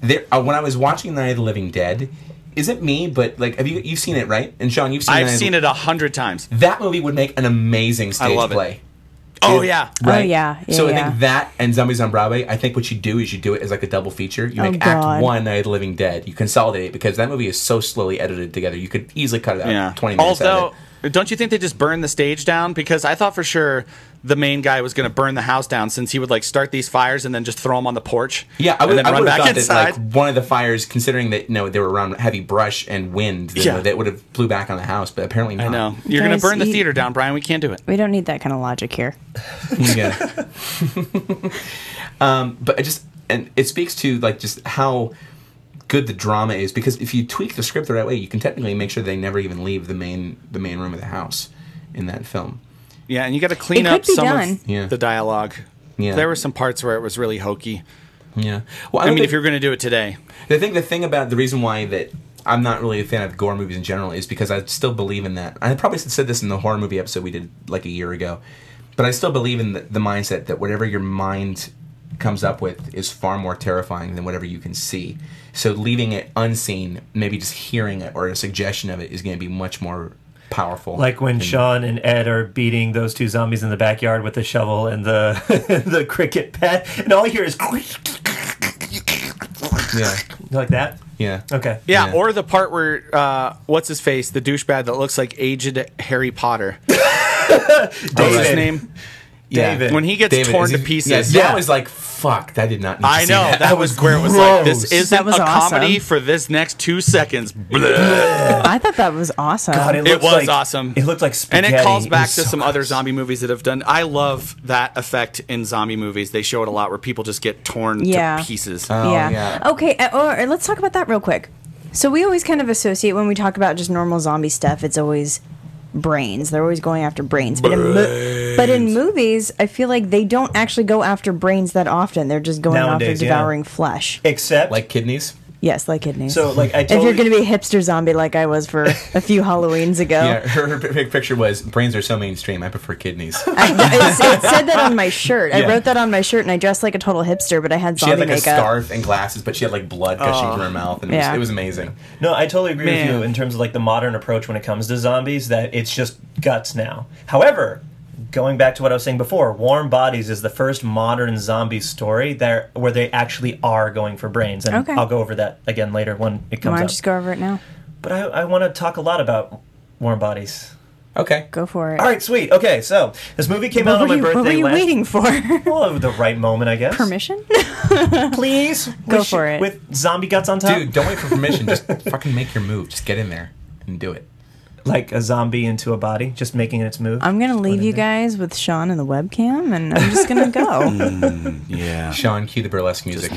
there, uh, when I was watching Night of the Living Dead, is it me? But like, have you you've seen it right? And Sean, you've seen. I've Night of- seen it a hundred times. That movie would make an amazing stage love it. play. Oh yeah. Right. yeah, yeah, so I yeah. think that and Zombies on Broadway, I think what you do is you do it as like a double feature. You Oh, make God. Act One, Night of the Living Dead. You consolidate it because that movie is so slowly edited together. You could easily cut it out Yeah. Uh, twenty minutes. out of Although, it. don't you think they just burned the stage down? Because I thought for sure the main guy was going to burn the house down since he would like start these fires and then just throw them on the porch. yeah, I would, and then I run would have back thought inside. that like one of the fires, considering that you know they were around heavy brush and wind, you Yeah. know, that would have blew back on the house. But apparently not. I know you're going Guys, to burn the you- theater down, Brian. We can't do it. we don't need that kind of logic here. yeah. um, but I just and it speaks to like just how good the drama is because if you tweak the script the right way, you can technically make sure they never even leave the main the main room of the house in that film. Yeah, and you got to clean It up could be some done. of Yeah. the dialogue. Yeah. There were some parts where it was really hokey. Yeah. Well, I don't mean, think- if you're going to do it today, I think the thing about the reason why that I'm not really a fan of gore movies in general is because I still believe in that. I probably said this in the horror movie episode we did like a year ago, but I still believe in the, the mindset that whatever your mind comes up with is far more terrifying than whatever you can see. So leaving it unseen, maybe just hearing it or a suggestion of it, is going to be much more powerful. Like when Sean and Ed are beating those two zombies in the backyard with the shovel and the the cricket pet, and all I hear is yeah, like that. yeah, Okay. Yeah, Yeah. or the part where uh, what's his face, the douchebag that looks like aged Harry Potter. What's his David. name? Yeah. David. When he gets David, torn is to he- pieces. Yes, Yeah. that was like fuck. That did not. Need I to see know that, that. was where it was like gross. this isn't That was a awesome. comedy for this next two seconds. I thought that was awesome. God, It looked was like- awesome. It looked like and spaghetti. it calls back was to so some other zombie movies that have done. I love that effect in zombie movies. They show it a lot where people just get torn Yeah. to pieces. Oh, yeah. yeah. Okay, uh, or let's talk about that real quick. So we always kind of associate when we talk about just normal zombie stuff, it's always brains. They're always going after brains. But in mo- but in movies, I feel like they don't actually go after brains that often. They're just going Nowadays, after yeah. devouring flesh. Except like kidneys. yes, like kidneys. so, like I if totally, you're going to be a hipster zombie like I was for a few Halloweens ago, Yeah, her, her big picture was brains are so mainstream. I prefer kidneys. I, it, it said that on my shirt. I Yeah. wrote that on my shirt, and I dressed like a total hipster, but I had she zombie had like a makeup. Oh, scarf and glasses, but she had like blood gushing from her mouth, and it, Yeah. was, it was amazing. No, I totally agree Man. with you in terms of like the modern approach when it comes to zombies that it's just guts now. However, going back to what I was saying before, Warm Bodies is the first modern zombie story there where they actually are going for brains, and Okay. I'll go over that again later when it comes Why don't up. you just go over it now? But I, I want to talk a lot about Warm Bodies. Okay. Go for it. All right, sweet. Okay, so this movie came out What on were, my you, what birthday were you last. waiting for? Well, the right moment, I guess. Permission? please. Go With sh- for it. With zombie guts on top, Dude, don't wait for permission. Just fucking make your move. Just get in there and do it. like a zombie into a body, just making its move. I'm gonna leave you guys with Sean and the webcam, and I'm just gonna Mm. go. yeah. Sean, cue the burlesque music.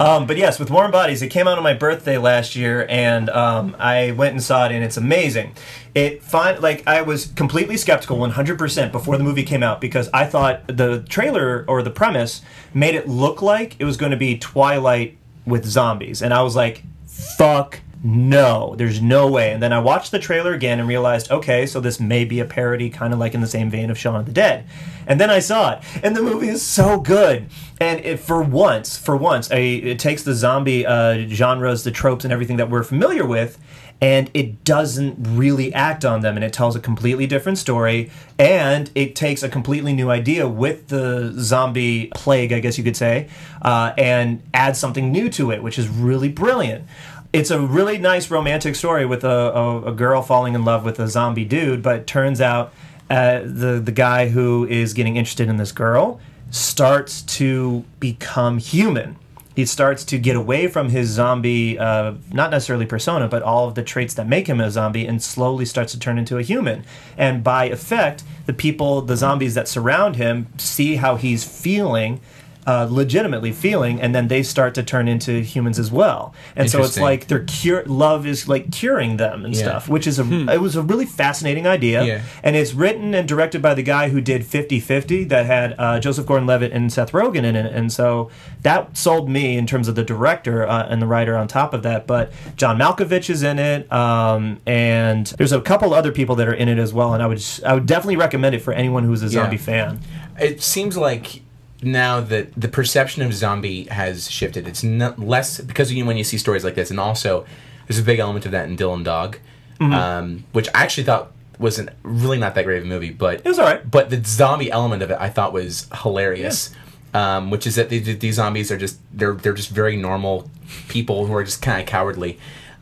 Um, but yes, with Warm Bodies, it came out on my birthday last year, and um, I went and saw it, and it's amazing. It find like I was completely skeptical, 100% before the movie came out because I thought the trailer or the premise made it look like it was going to be Twilight with zombies, and I was like, "Fuck no, there's no way." And then I watched the trailer again and realized, okay, so this may be a parody, kind of like in the same vein of Shaun of the Dead. And then I saw it, and the movie is so good. And it, for once, for once, a, it takes the zombie uh, genres, the tropes, and everything that we're familiar with, and it doesn't really act on them. And it tells a completely different story, and it takes a completely new idea with the zombie plague, I guess you could say, uh, and adds something new to it, which is really brilliant. It's a really nice romantic story with a, a, a girl falling in love with a zombie dude, but it turns out uh, the the guy who is getting interested in this girl starts to become human. He starts to get away from his zombie, uh, not necessarily persona, but all of the traits that make him a zombie, and slowly starts to turn into a human. And by effect, the people, the zombies that surround him, see how he's feeling, uh, legitimately feeling, and then they start to turn into humans as well. And so it's Interesting. like they're cure. Love is like curing them and Yeah. Hmm. stuff, which is a it was a really fascinating idea. Yeah. And it's written and directed by the guy who did 50 50 that had uh, Joseph Gordon Levitt and Seth Rogen in it. And so that sold me in terms of the director uh, and the writer on top of that. But John Malkovich is in it. Um, and there's a couple other people that are in it as well. And I would, s- I would definitely recommend it for anyone who's a zombie fan. It seems like now that the perception of zombie has shifted. It's not less because you, when you see stories like this, and also there's a big element of that in Dylan Dog, Mm-hmm. um, which I actually thought was an, really not that great of a movie, but it was all right. But the zombie element of it, I thought was hilarious. Um, which is that they, these zombies are just they're they're just very normal people who are just kind of cowardly.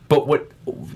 But what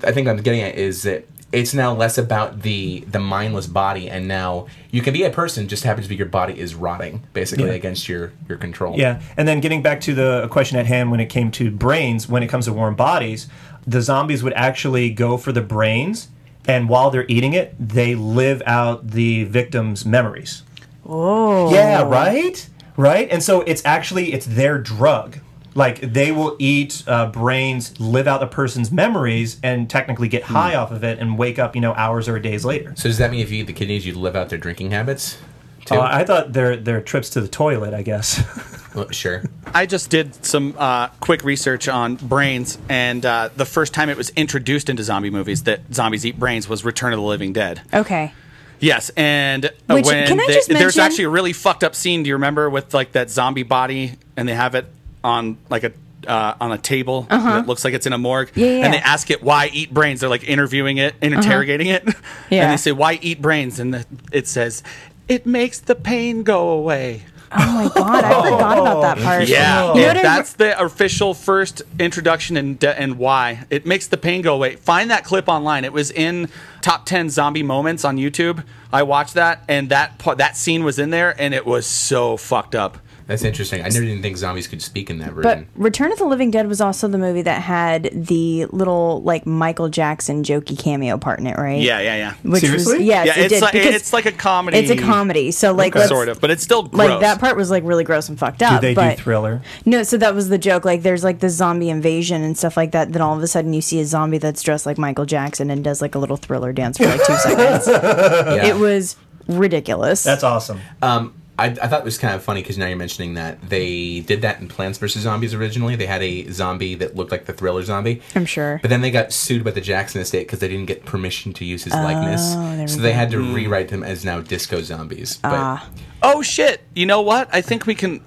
I think I'm getting at is that it's now less about the the mindless body, and now you can be a person just happens to be your body is rotting basically against your your control. Yeah, and then getting back to the question at hand when it came to brains, when it comes to warm bodies, the zombies would actually go for the brains, and while they're eating it, they live out the victim's memories. Oh. Yeah, right? Right? And so it's actually it's their drug. Like they will eat uh, brains, live out a person's memories, and technically get high off of it and wake up, you know, hours or days later. So does that mean if you eat the kidneys, you live out their drinking habits? Too? Uh, I thought their their trips to the toilet, I guess. Well, sure. I just did some uh, quick research on brains, and uh, the first time it was introduced into zombie movies that zombies eat brains was Return of the Living Dead. okay. Yes, and uh, Which- when can I they- just there's mention- actually a really fucked up scene. Do you remember with like that zombie body, and they have it on like a uh, on a table that looks like it's in a morgue, Uh-huh. Yeah, yeah, and they yeah. Uh-huh. ask it why eat brains. They're like interviewing it and interrogating it, Yeah. and they say why eat brains, and the, it says it makes the pain go away. Oh my god, I forgot about that part. Yeah, Oh. You know it- what I- Oh. that's the official first introduction and de- and why it makes the pain go away. Find that clip online. It was in top ten zombie moments on YouTube. I watched that, and that part, that scene was in there, and it was so fucked up. That's interesting. I never even think zombies could speak in that But version. uh, Return of the Living Dead was also the movie that had the little like Michael Jackson jokey cameo part in it, right? Yeah, yeah, yeah. Which Was, Seriously? yes, yeah, it it's did. like because it's like a comedy. it's a comedy, so like let's- sort of, but it's still gross. like that part was like really gross and fucked Do up. they but do thriller? No, so that was the joke. Like, there's like the zombie invasion and stuff like that. Then all of a sudden, you see a zombie that's dressed like Michael Jackson and does like a little thriller dance for like two seconds. yeah. It was ridiculous. That's awesome. Um, I, I thought it was kind of funny because now you're mentioning that they did that in Plants vs Zombies originally. They had a zombie that looked like the Thriller zombie. I'm sure. But then they got sued by the Jackson estate because they didn't get permission to use his likeness. Oh, there so we Ah. they go. had to Hmm. rewrite them as now disco zombies. But oh shit! You know what? I think we can.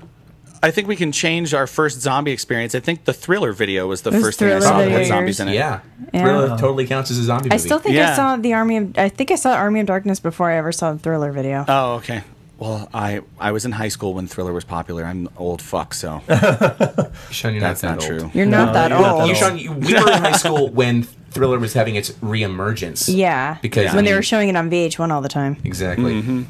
I think we can change our first zombie experience. I think the thriller video was the was first thing I Thriller saw that video. had zombies in it. yeah. Thriller totally counts as a zombie movie. I still think I Yeah. saw the Army of I think I saw Army of Darkness before I ever saw the Thriller video. Uh, Oh, okay. Well, I I was in high school when Thriller was popular. I'm old fuck, so Sean, you're that's not, not that old. true. You're not that you're not old. that You, old. Sean, you, we were in high school when Thriller was having its reemergence. Yeah, Because when I they mean- were showing it on VH1 all the time Exactly. Mm-hmm.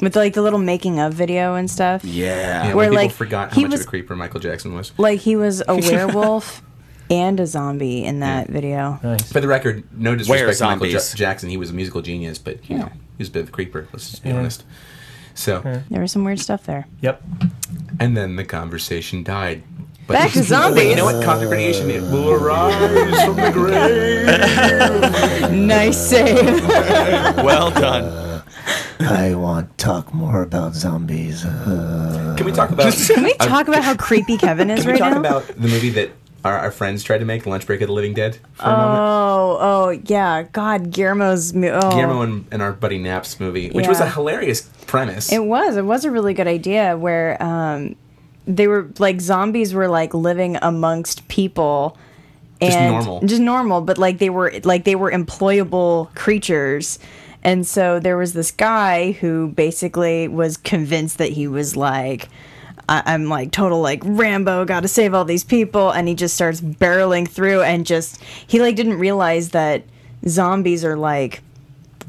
with like the little making of video and stuff. Yeah, Yeah. Where, when people like, forgot how he much was- of a creeper Michael Jackson was. Like he was a werewolf and a zombie in that video. Nice. For the record, no disrespect to Michael zombies. Ja- Jackson. He was a musical genius, but you know, he was a bit of a creeper. Let's just be honest. So, There was some weird stuff there. Yep. and then the conversation died. But Back to zombies. You know what? Cosmic radiation. It will arise from the grave. Nice save. well done. I want to talk more about zombies. Uh, Can we talk about? Uh, Can we talk about how creepy Kevin is Can we right talk now? about the movie that our, our friends tried to make, Lunch Break of the Living Dead, for a moment? Oh, oh yeah, God, Guillermo's. mo- Oh. Guillermo and, and our buddy Knapp's movie, which was Yeah. a hilarious premise. It was. It was a really good idea where um, they were like zombies were like living amongst people. And Just normal. Just normal, but like they were like they were employable creatures. And so there was this guy who basically was convinced that he was like I- I'm like total like Rambo, gotta save all these people, and he just starts barreling through and just he like didn't realize that zombies are like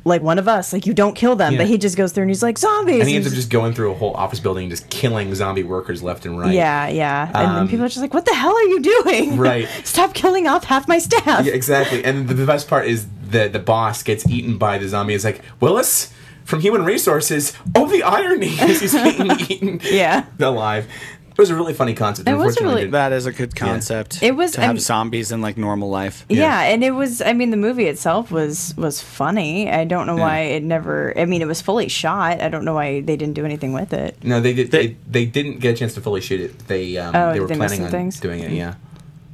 like one of us, like you don't kill them, but Yeah. he just goes through and he's like zombies. and he and ends up just going through a whole office building, and just killing zombie workers left and right. yeah, yeah, and then Um, people are just like, "What the hell are you doing? Right. Stop killing off half my staff." Yeah, exactly. And the best part is the the boss gets eaten by the zombie. It's like Willis from Human Resources. Oh, the irony is he's being eaten Yeah. alive. It was a really funny concept. It was a Unfortunately, really- didn't- That is a good concept. It was- to have I'm- zombies in like normal life. Yeah, and it was. I mean, the movie itself was was funny. I don't know why it never. I mean, it was fully shot. I don't know why they didn't do anything with it. no, they did. They, They- they, didn't get a chance to fully shoot it. They um, Oh, they were did they miss planning some on things? doing it. Yeah.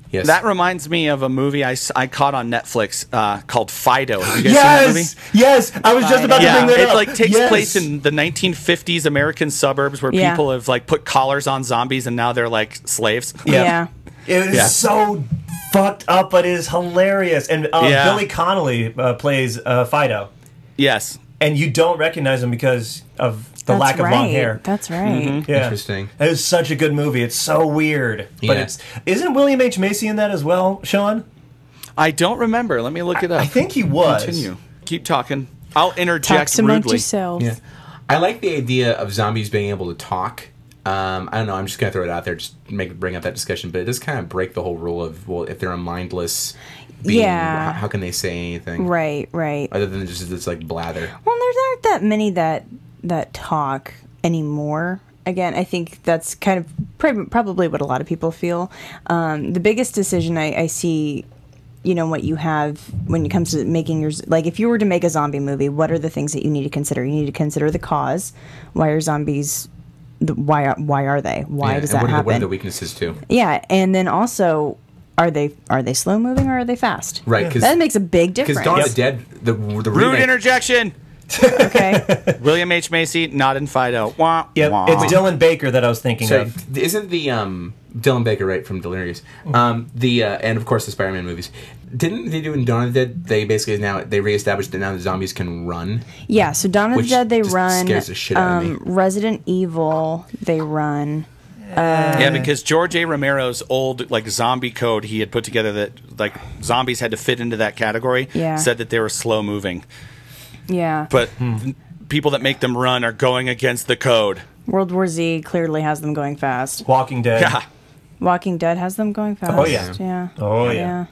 Yes. That reminds me of a movie I, s- I caught on Netflix uh, called Fido. Have you guys seen that movie? Yes. Yes. I was just about to Yeah, bring that it up. like takes Yes. place in the 1950s American suburbs where Yeah. people have like put collars on zombies and now they're like slaves. Yeah. Yeah. It is Yeah. so fucked up, but it is hilarious. And uh, Yeah. Billy Connolly uh, plays uh, Fido, Yes. and you don't recognize him because of the That's lack of right. long hair. That's right. Mm-hmm. Yeah. Interesting. It was such a good movie. It's so weird, Yeah. but it's isn't William H Macy in that as well, Sean? I don't remember. Let me look it up. I think he was. Continue. Keep talking. I'll interject Talks amongst rudely. yourselves. Yeah. I like the idea of zombies being able to talk. Um, I don't know. I'm just gonna throw it out there, just make bring up that discussion. But it does kind of break the whole rule of well, if they're a mindless being, Yeah. how, how can they say anything? Right. Right. other than just this like blather. Well, there aren't that many that that talk anymore. Again, I think that's kind of prob- probably what a lot of people feel. Um, the biggest decision I, I see, you know, what you have when it comes to making your like, if you were to make a zombie movie, what are the things that you need to consider? You need to consider the cause. Why are zombies? th- Why are, why are they? Why Yeah, does and that what Are the, happen? what are the weaknesses too? yeah, and then also, are they are they slow moving or are they fast? Right, because That makes a big difference. because Dawn of the Dead, the the Rude remake, interjection. okay. William H. Macy, not in Fido. Wah, Yep, wah. it's Dylan Baker that I was thinking sorry, of. isn't the um Dylan Baker, right from Delirious. Um, the uh, and of course the Spider-Man movies. Didn't they do in Dawn of the Dead? They basically now they reestablished that now the zombies can run. Yeah, so Dawn of the Which Dead they just run. um, scares the shit out of me. Resident Evil they run. Uh, Yeah, because George A. Romero's old like zombie code he had put together that like zombies had to fit into that category Yeah. said that they were slow moving, Yeah. but th- people that make them run are going against the code. World War Z clearly has them going fast. Walking Dead. Yeah, Walking Dead has them going fast. yeah. Yeah. Oh, yeah.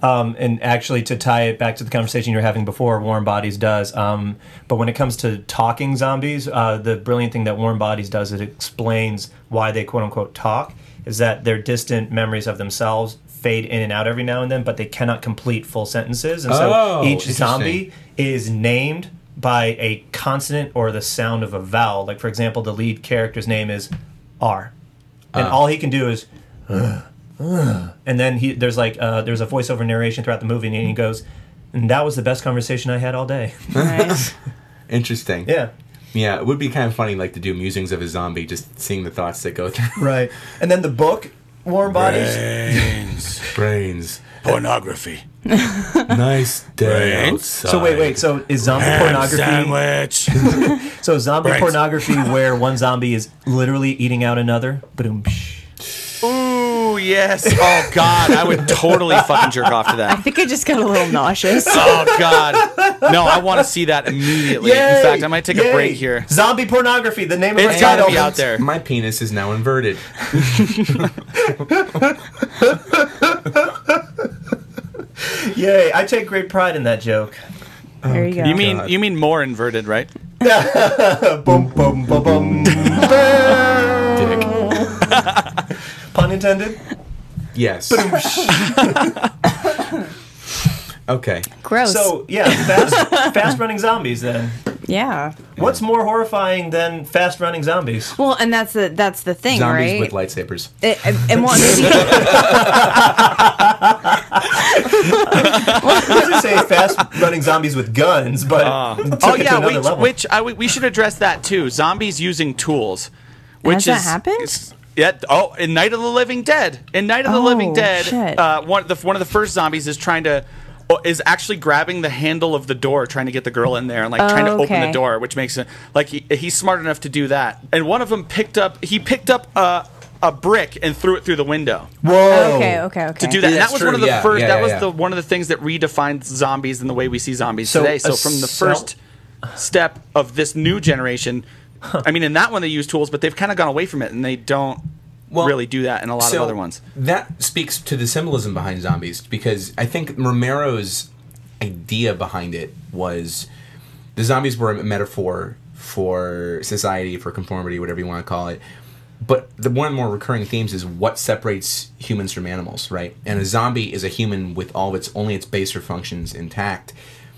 Um, and actually, to tie it back to the conversation you were having before, Warm Bodies does. Um, but when it comes to talking zombies, uh, the brilliant thing that Warm Bodies does is it explains why they quote unquote talk is that their distant memories of themselves fade in and out every now and then, but they cannot complete full sentences. And so Oh, each interesting. zombie is named by a consonant or the sound of a vowel. Like, for example, the lead character's name is R. And Ah. all he can do is and then he there's like uh, there's a voiceover narration throughout the movie, and he goes, "And that was the best conversation I had all day." Nice. Interesting. yeah, Yeah, it would be kind of funny, like to do musings of a zombie, just seeing the thoughts that go through right. And then the book, Warm Bodies. brains, brains. pornography, Nice day Brains? outside. So wait, wait. So is zombie pornography? sandwich. So is zombie Brains. pornography where one zombie is literally eating out another. Boom. Ooh, yes. Oh God, I would totally fucking jerk off to I that. think I just got a little nauseous. Oh God, no, I want to see that immediately. In fact, I might take a break here. Zombie pornography. The name of It's my gotta title. be out there. My penis is now inverted. Yay! I take great pride in that joke. there you go. You mean you mean more inverted, right? Boom, boom, boom, boom. Bam. Dick. Pun intended. Yes. okay. gross? So yeah, fast, fast running zombies. Then yeah. What's more horrifying than fast running zombies? Well, and that's the that's the thing, Zombies right? with lightsabers. It- and- and well, and- I should say fast running zombies with guns, but it took Oh it to yeah, another which, level. which I, we should address that too. Zombies using tools, which that is happened? is- Yeah. Oh, in Night of the Living Dead. In Night of the Oh, Living Dead, shit. uh, one the one of the first zombies is trying to oh, is actually grabbing the handle of the door, trying to get the girl in there, and like trying to open Oh, okay. the door, which makes it like he, he's smart enough to do that. And one of them picked up he picked up a a brick and threw it through the window Whoa! okay, okay, okay. to do that. And That's that was one true, of the yeah, first. yeah, that yeah, was yeah. the one of the things that redefined zombies and the way we see zombies So, today. a So from the cell- first step of this new generation, I mean, in that one they use tools, but they've kind of gone away from it, and they don't really do that in a lot of other ones. That speaks to the symbolism behind zombies because I think Romero's idea behind it was the zombies were a metaphor for society, for conformity, whatever you want to call it. But the one of the more recurring themes is what separates humans from animals, right? And a zombie is a human with all of its only its baser functions intact.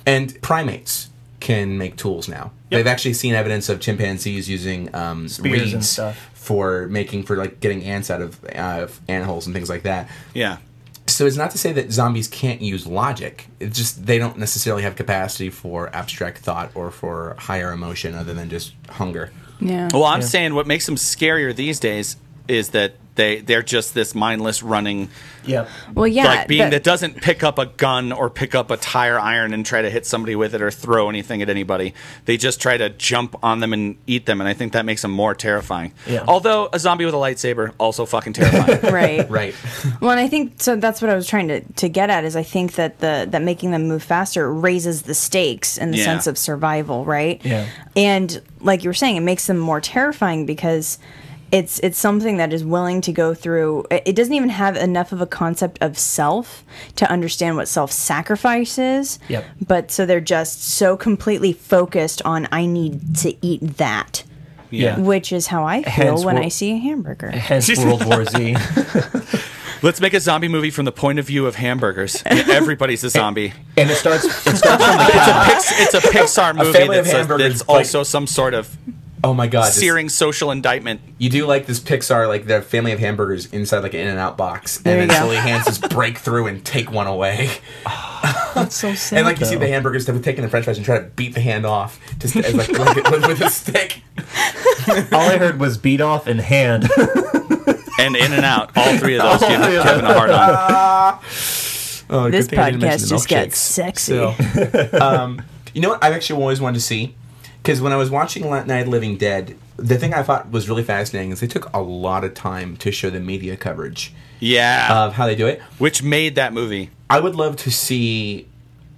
And primates can make tools now. They've actually seen evidence of chimpanzees using um, Spears and reeds stuff. for making for like getting ants out of uh, ant holes and things like that. Yeah. So it's not to say that zombies can't use logic. It's just they don't necessarily have capacity for abstract thought or for higher emotion other than just hunger. yeah. Oh, Well, I'm saying what makes them scarier these days is that they they're just this mindless running Yeah. Well, yeah. like being that- that doesn't pick up a gun or pick up a tire iron and try to hit somebody with it or throw anything at anybody. They just try to jump on them and eat them, and I think that makes them more terrifying. Yeah. Although a zombie with a lightsaber also fucking terrifying. right. Right. Well, and I think so. That's what I was trying to, to get at is I think that the that making them move faster raises the stakes in the Yeah. sense of survival, right? Yeah. And like you were saying, it makes them more terrifying because it's it's something that is willing to go through. It, it doesn't even have enough of a concept of self to understand what self sacrifice is. Yep. But so they're just so completely focused on I need to eat that, Yeah. which is how I feel Hence when we're- I see a hamburger. Hence World War Z. Let's make a zombie movie from the point of view of hamburgers. Yeah, Everybody's a zombie. And it starts. It starts from the cow. Pix- it's a Pixar movie family of that's, a- hamburgers that's fight. also some sort of Oh my god. this- searing social indictment. you do like this Pixar, like the family of hamburgers inside like an in and out box, and There you then go. slowly hands just break through and take one away. That's so sad. And like you see the hamburgers have taken the French fries and try to beat the hand off just as like, like with, with a stick. all I heard was beat off and hand. and In and Out. All three of those give Kevin a hard on. Oh, good This thing I didn't podcast mention the just got milkshakes. sexy. So, um, you know what? I've actually always wanted to see because when I was watching La- Night of the Living Dead, the thing I thought was really fascinating is they took a lot of time to show the media coverage Yeah, of how they do it. which made that movie. I would love to see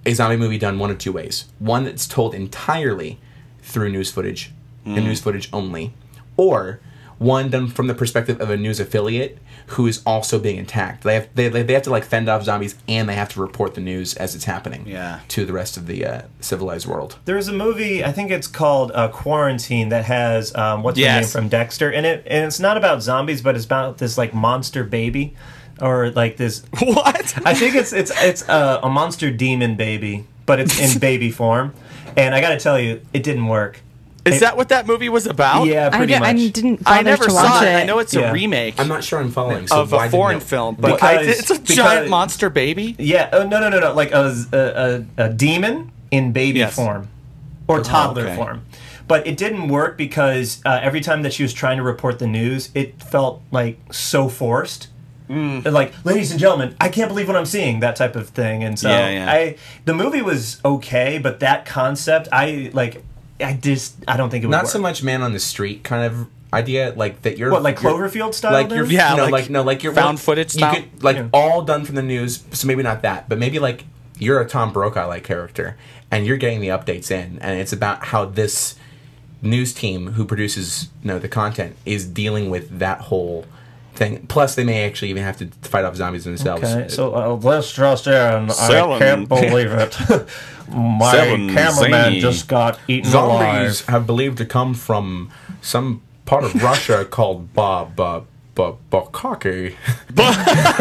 a zombie movie done one of two ways: one that's told entirely through news footage Hmm. and news footage only, or one done from the perspective of a news affiliate who is also being attacked. They have they, they they have to like fend off zombies and they have to report the news as it's happening Yeah. to the rest of the uh, civilized world. There's a movie, I think it's called uh, Quarantine, that has um, what's her name Yes. from Dexter in it, and it's not about zombies, but it's about this like monster baby, or like this. What? I think it's it's it's uh, a, a monster demon baby, but it's in baby form. And I got to tell you, it didn't work. Is that what that movie was about? Yeah, I, pretty di- I much. didn't bother I never to watch saw it. it. I know it's Yeah. a remake I'm not sure I'm following. So of a foreign didn't it- film, but Because- I, it's a because- giant monster baby. Yeah. Oh no no no no! Like a a, a, a demon in baby Yes. Oh, form, or toddler okay. form. But it didn't work because uh, every time that she was trying to report the news, it felt like so forced. Mm. And Like, ladies and gentlemen, I can't believe what I'm seeing. That type of thing. And so Yeah, yeah. I, the movie was okay, but that concept, I like. I just I don't think it would Not work. so much man on the street kind of idea, like that you're What, like you're- Cloverfield style like then? you're Yeah, no, like, like no, like you're found footage style? You could, like Yeah. all done from the news, so maybe not that, but maybe like you're a Tom Brokaw like character, and you're getting the updates in, and it's about how this news team who produces you know, the content is dealing with that whole thing. Plus, they may actually even have to fight off zombies themselves. Okay, so uh, let's just in. I Selling. can't believe it. My Selling cameraman zany. just got eaten Zombies alive. have believed to come from some part of Russia called Ba Ba Ba Bakaki.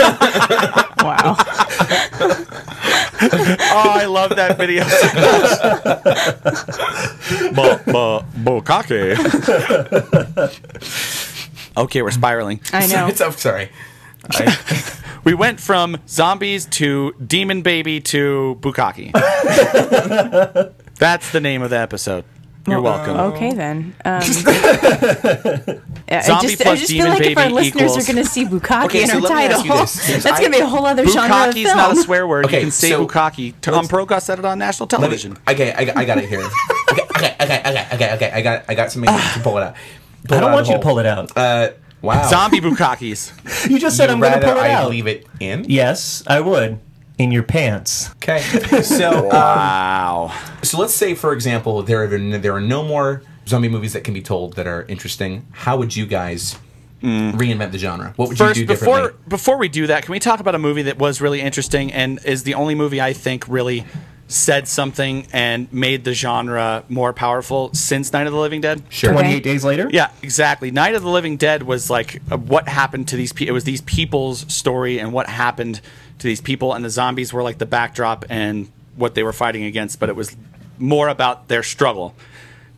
Wow. Oh, I love that video. Bo- bo- bokake. okay, we're spiraling. I know. It's- I'm sorry. I, We went from zombies to demon baby to bukaki. That's the name of the episode. You're uh, welcome. Okay then. Um, yeah, I Zombie just, I plus just feel demon like if our baby listeners equals- are going to see Bukaki Okay, in so our let me ask title, you this, since that's I- going to be a whole other genre of Bukaki is film. not a swear word. Okay, you can say so- bukaki. Tom Brokaw said it on national Let me- television. okay, I, got- I got it here. okay, okay, okay, okay, okay, okay. I got, I got something to pull it out. Pull Ah. I don't out want of you the to hole. pull it out. Uh, wow. Zombie bukakis. you just said You'd I'm going to rather pull it I out. leave it in. Yes, I would. In your pants. Okay. So, um, Wow. so let's say, for example, there are there are no more zombie movies that can be told that are interesting. How would you guys Mm. reinvent the genre? What would First, you do differently? before before we do that, can we talk about a movie that was really interesting and is the only movie I think really said something and made the genre more powerful since Night of the Living Dead? sure. 28 days later? Yeah, exactly. Night of the Living Dead was like uh, what happened to these people. It was these people's story and what happened to these people, and the zombies were like the backdrop and what they were fighting against, but it was more about their struggle.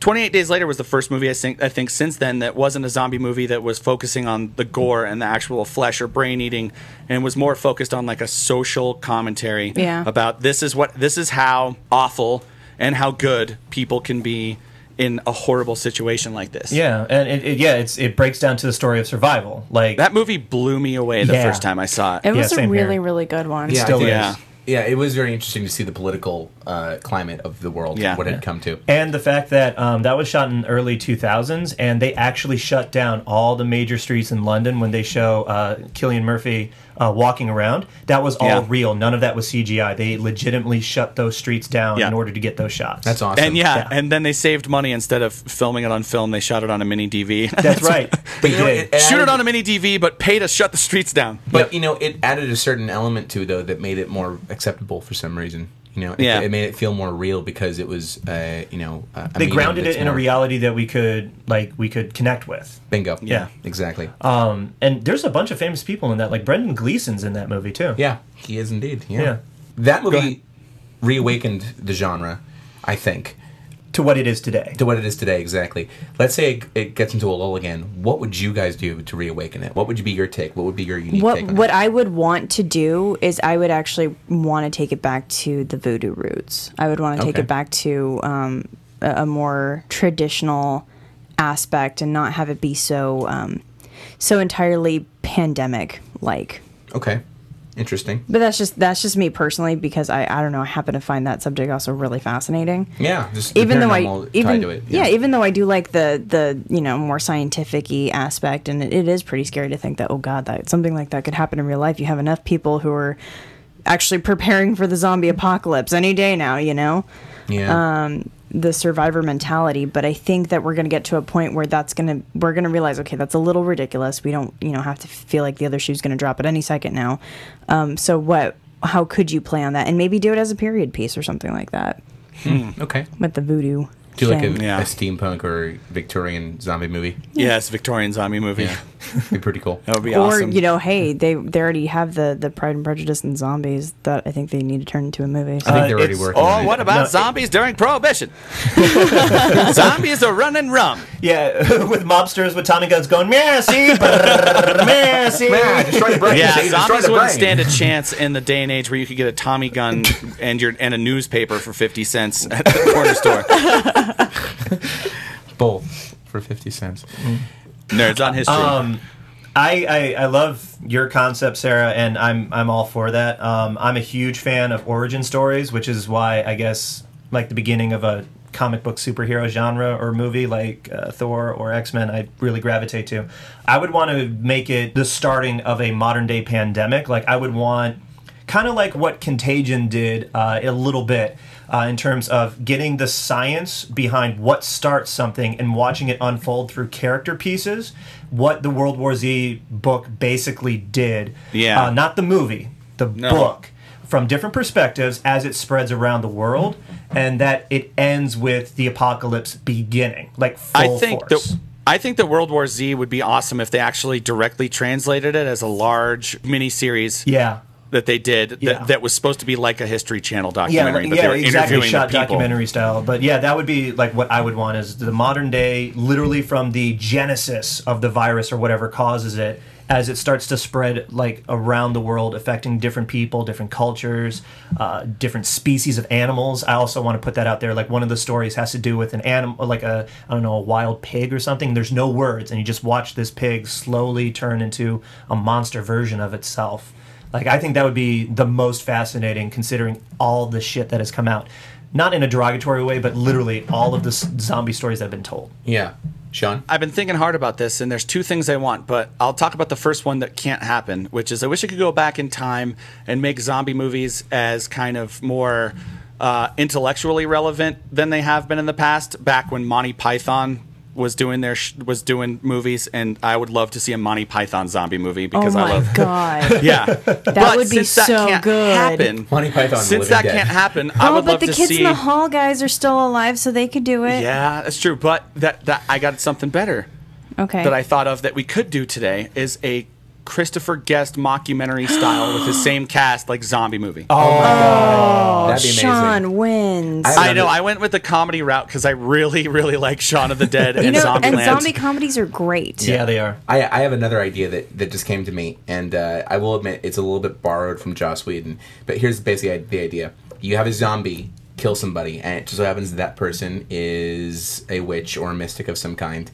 28 Days Later was the first movie I think, I think since then that wasn't a zombie movie that was focusing on the gore and the actual flesh or brain eating and was more focused on like a social commentary Yeah. about this is what this is how awful and how good people can be in a horrible situation like this. Yeah, and it, it, yeah, it's it breaks down to the story of survival. Like That movie blew me away the Yeah. first time I saw it. It was a same here. really, really good one. Yeah, I Still think- is. Yeah, it was very interesting to see the political uh, climate of the world. Yeah. what it had come to. and the fact that um, that was shot in early 2000s and they actually shut down all the major streets in london when they show uh, killian murphy uh, walking around that was all Yeah. real none of that was cgi they legitimately shut those streets down Yeah. in order to get those shots That's awesome. And yeah, Yeah. and then they saved money instead of filming it on film. They shot it on a mini DV. that's right But you know, They it did. Shoot added- it on a mini DV, but pay to shut the streets down. But you know, it added a certain element to though that made it more acceptable for some reason. You know, it, Yeah. it made it feel more real because it was, uh, you know, uh, they grounded it in a reality that we could like we could connect with Bingo. Yeah. Uh, exactly. and there's a bunch of famous people in that like brendan gleeson's in that movie too yeah, he is indeed. Yeah, Yeah. that ahead. movie reawakened the genre. I think to what it is today to what it is today. Exactly. Let's say it, it gets into a lull again. What would you guys do to reawaken it? What would be your take? What would be your unique What take? on what it? I would want to do is I would actually want to take it back to the voodoo roots. I would want to take Okay. it back to um, a, a more traditional aspect and not have it be so um, so entirely pandemic like. Okay. Interesting. But that's just that's just me personally because I I don't know I happen to find that subject also really fascinating. Yeah. Just Even the though I paranormal tied even to it. yeah. even though I do like the the you know more scientific-y aspect and it, it is pretty scary to think that oh god that something like that could happen in real life. You have enough people who are actually preparing for the zombie apocalypse any day now, you know. uh, yeah. the survivor mentality but i think that we're going to get to a point where that's going to we're going to realize okay that's a little ridiculous we don't you know have to feel like the other shoe's going to drop at any second now um, so what how could you play on that and maybe do it as a period piece or something like that okay. with the voodoo Do like a, thing. Yeah. a steampunk or Victorian zombie movie. Yes, Victorian zombie movie. Yeah. Oh, be pretty cool. That would be or awesome. you know hey they they already have the the pride and prejudice and zombies that i think they need to turn into a movie so. I think Uh, they're already it's- working. on Oh, it. what about zombies during Prohibition? zombies are running rum. Yeah, with mobsters with Tommy guns going, Merci, brrr, merci. Man, Ah, destroy the brain. Yeah, They destroy zombies the wouldn't brain. stand a chance in the day and age where you could get a Tommy gun and your and a newspaper for fifty cents at the corner store. Both for fifty cents. Nerds on history. Um, I, I I love your concept, Sarah, and I'm I'm all for that. Um, I'm a huge fan of origin stories, which is why I guess like the beginning of a comic book superhero genre or movie like uh, Thor or X Men, I really gravitate to. I would want to make it the starting of a modern day pandemic. Like I would want kind of like what Contagion did uh, a little bit uh, in terms of getting the science behind what starts something and watching it unfold through character pieces, what the World War Z book basically did. Yeah. Uh, not the movie, the book. From different perspectives as it spreads around the world, and that it ends with the apocalypse beginning, like full I think force. the I think that World War Z would be awesome if they actually directly translated it as a large miniseries yeah, that they did Yeah. that, that was supposed to be like a History Channel yeah, documentary, like- but yeah, they were exactly. interviewing Shot the people. documentary style, but yeah, that would be like what I would want is the modern day, literally from the genesis of the virus or whatever causes it, as it starts to spread like around the world, affecting different people, different cultures, uh, different species of animals. I also want to put that out there. Like one of the stories has to do with an animal, like a I don't know, a wild pig or something. There's no words, and you just watch this pig slowly turn into a monster version of itself. Like I think that would be the most fascinating, considering all the shit that has come out. Not in a derogatory way, but literally all of the s- zombie stories that have been told. Yeah, Sean. I've been thinking hard about this, and there's two things I want, but I'll talk about the first one that can't happen, which is I wish I could go back in time and make zombie movies as kind of more uh, intellectually relevant than they have been in the past. Back when Monty Python was doing their sh- was doing movies, and I would love to see a Monty Python zombie movie oh because I my love. god Oh, Yeah, that would be so good. Happen, Monty Python and the Since Living that Dead. can't happen, I oh would but love the to kids see in the hall guys are still alive so they could do it yeah, that's true. But that, that I got something better okay that I thought of that we could do today is a Christopher Guest mockumentary style with the same cast, like zombie movie. Oh, That'd be amazing. sean wins I- I know. I went with the comedy route because I really, really like Shaun of the Dead and you know, and Zombieland. zombie comedies are great. Yeah, they are. I, I have another idea that, that just came to me, and uh, I will admit it's a little bit borrowed from Joss Whedon. But here's basically the idea: you have a zombie kill somebody, and it just so happens that person is a witch or a mystic of some kind.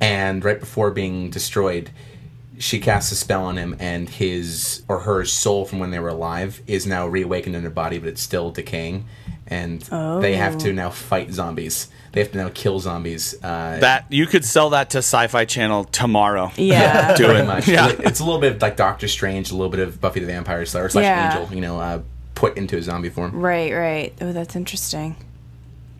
And right before being destroyed, she casts a spell on him, and his or her soul from when they were alive is now reawakened in their body, but it's still decaying. And they have to now fight zombies. They have to now kill zombies. Uh, that you could sell that to Sci-Fi Channel tomorrow. Yeah. do pretty it. much. Yeah. It's, a little bit of, like Doctor Strange, a little bit of Buffy the Vampire Slayer slash Yeah. Angel, you know, uh, put into a zombie form. Right, right. Oh, that's interesting.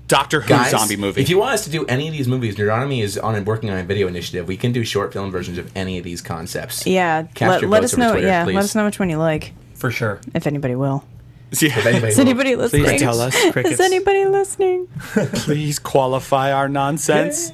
Doctor Who Guys, zombie movie. If you want us to do any of these movies, Neuronomy is on and working on a video initiative. We can do short film versions of any of these concepts. Yeah. Cast Let, your let votes us over know. Twitter, yeah. please. Let us know which one you like, For sure. if anybody will. If anybody Is will- anybody listening? Please tell us. Is anybody listening? Please qualify our nonsense.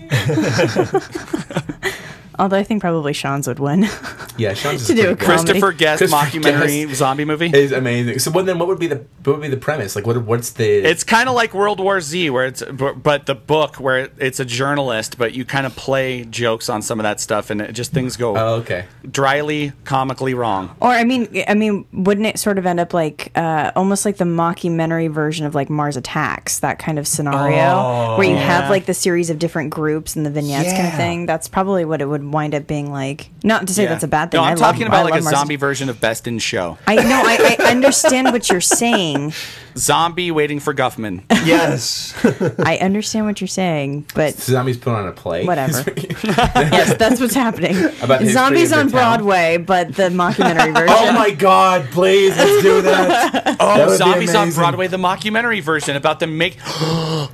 Although I think probably Sean's would win. yeah, Sean's To is pretty do a good. Christ- Christopher Guest Christopher mockumentary Guest. zombie movie. is amazing. So, what then? What would be the what would be the premise? Like, what what's the? It's kind of like World War Z, where it's bu- but the book where it- it's a journalist, but you kind of play jokes on some of that stuff, and it just things go oh, okay. dryly, comically wrong. or I mean, I mean, wouldn't it sort of end up like uh, almost like the mockumentary version of like Mars Attacks, that kind of scenario Oh, where you have like the series of different groups and the vignettes kind Yeah. of thing. That's probably what it would wind up being like. Not to say Yeah. that's a bad bad thing. No, I I'm love- talking I about like a love Mars- zombie version of Best in Show. I know. I, I understand what you're saying. Zombie waiting for Guffman. Yes. I understand what you're saying, but Zombies put on a play. whatever. yes, that's what's happening. About the history Zombies of on the town. Broadway, but the mockumentary version. oh my god! Please, let's do Oh, that. That would be Zombies on amazing. Broadway, the mockumentary version about them make a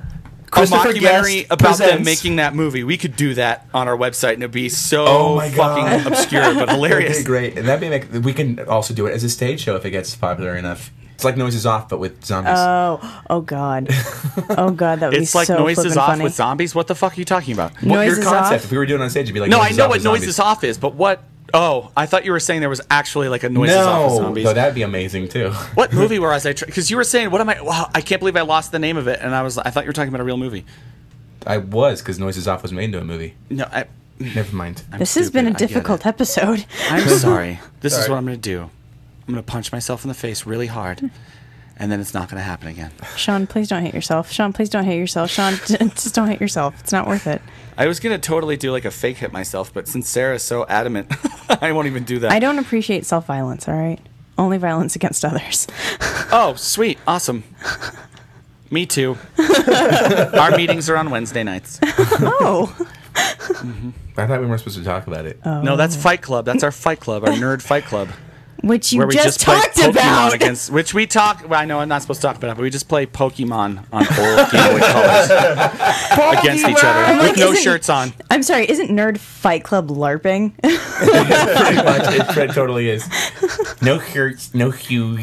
Christopher mockumentary Guest about them presents- making that movie. We could do that on our website, and it'd be so Oh my God. fucking obscure but That'd be hilarious. great, and that'd be make, we can also do it as a stage show if it gets popular enough. It's like Noises Off, but with zombies. Uh, Oh, oh god. Oh god, that would It's be like so noises flippin' off funny. with zombies. What the fuck are you talking about? what your Noises concept? Off? If we were doing it on stage, it'd be like No, I Noises know Off what is noises zombies. off is, but what? Oh, I thought you were saying there was actually like a noises off with No, zombies. though that'd be amazing too. what movie were I? Because you were saying, what am I? Wow, I can't believe I lost the name of it, and I was I thought you were talking about a real movie. I was because Noises Off was made into a movie. No, I, Never mind. This has been a Stupid, I get difficult it. episode. I'm sorry. This is Sorry. what I'm going to do. I'm going to punch myself in the face really hard, and then it's not going to happen again. Sean, please don't hit yourself. Sean, please don't hit yourself. Sean, just don't hit yourself. It's not worth it. I was going to totally do like a fake hit myself, but since Sarah's so adamant, I won't even do that. I don't appreciate self-violence, all right? Only violence against others. Oh, sweet. Awesome. Me too. Our meetings are on Wednesday nights. Oh. I thought we weren't supposed to talk about it. No, that's Fight Club. That's our Fight Club, our nerd Fight Club, Which Oh. you where we just, just, talked play Pokemon about. against which we talk. Well, I know I'm not supposed to talk about it, but we just play Pokemon on old Game Boy colors against each other I'm like, with no isn't- shirts on. I'm sorry, isn't Nerd Fight Club LARPing? Pretty much, it, Fred totally is. No shirts, no hue.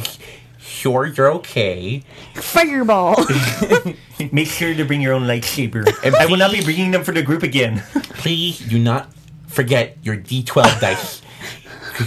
Sure, you're okay. Fireball. Oh, Make sure to bring your own lightsaber. I will not be bringing them for the group again. Please do not forget your D12 dice.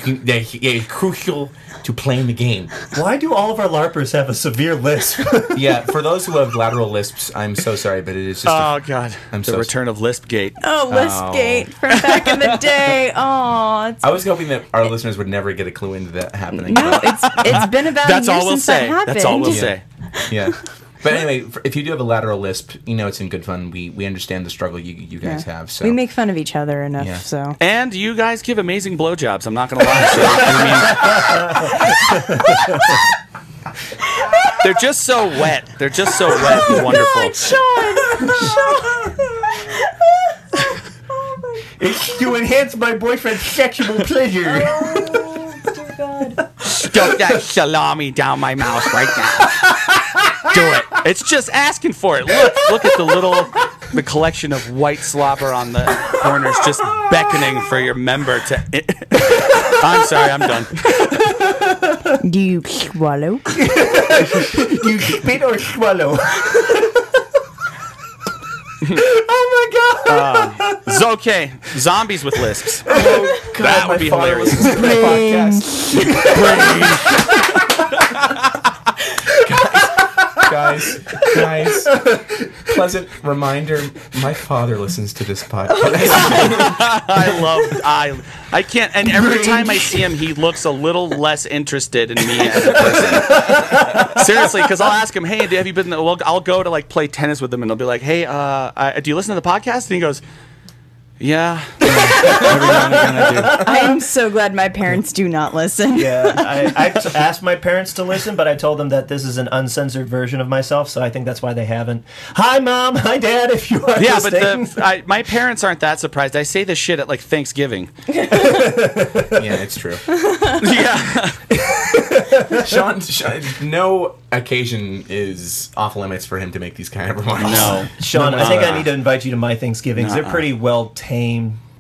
They are crucial to playing the game. Why do all of our LARPers have a severe lisp? Yeah, for those who have lateral lisps, I'm so sorry, but it is just. Uh, Oh God! I'm the so- return of Lispgate. Oh, Westgate from back in the day. Oh, it's I was hoping that our listeners would never get a clue into that happening. no, but- it's it's been about That's a year all we'll since say. that happened. That's all we'll Yeah. say. yeah. But anyway, f- if you do have a lateral lisp, you know it's in good fun. We we understand the struggle you you guys have. So We make fun of each other enough, Yeah. so And you guys give amazing blowjobs. I'm not gonna lie. So, I mean- they're just so wet. They're just so wet Oh, and wonderful. to enhance my boyfriend's sexual pleasure. Dump that salami down my mouth right now. Do it. It's just asking for it. Look, look at the little, the collection of white slobber on the corners, just beckoning for your member to. I'm sorry. I'm done. Do you swallow? Do you spit or swallow? It's okay. Zombies with lisps. that My would be father hilarious. listens to my podcast. guys, guys, pleasant reminder. My father listens to this Oh, podcast. I love I I can't and every time I see him he looks a little less interested in me as a person. Seriously, because I'll ask him, hey, have you been? Well, I'll go to like play tennis with him, and they'll be like, hey, uh, I, do you listen to the podcast? And he goes, yeah. I am so glad my parents do not listen. Um, Yeah, I, I t- asked my parents to listen, but I told them that this is an uncensored version of myself, so I think that's why they haven't. Hi, mom. Hi, dad. If you are Yeah, but listening. the, I, my parents aren't that surprised. I say this shit at like Thanksgiving. yeah, it's true. yeah. Sean, Sean, no occasion is off limits for him to make these kind of remarks. No. Sean, I think I need to invite you to my Thanksgivings. They're pretty well tame.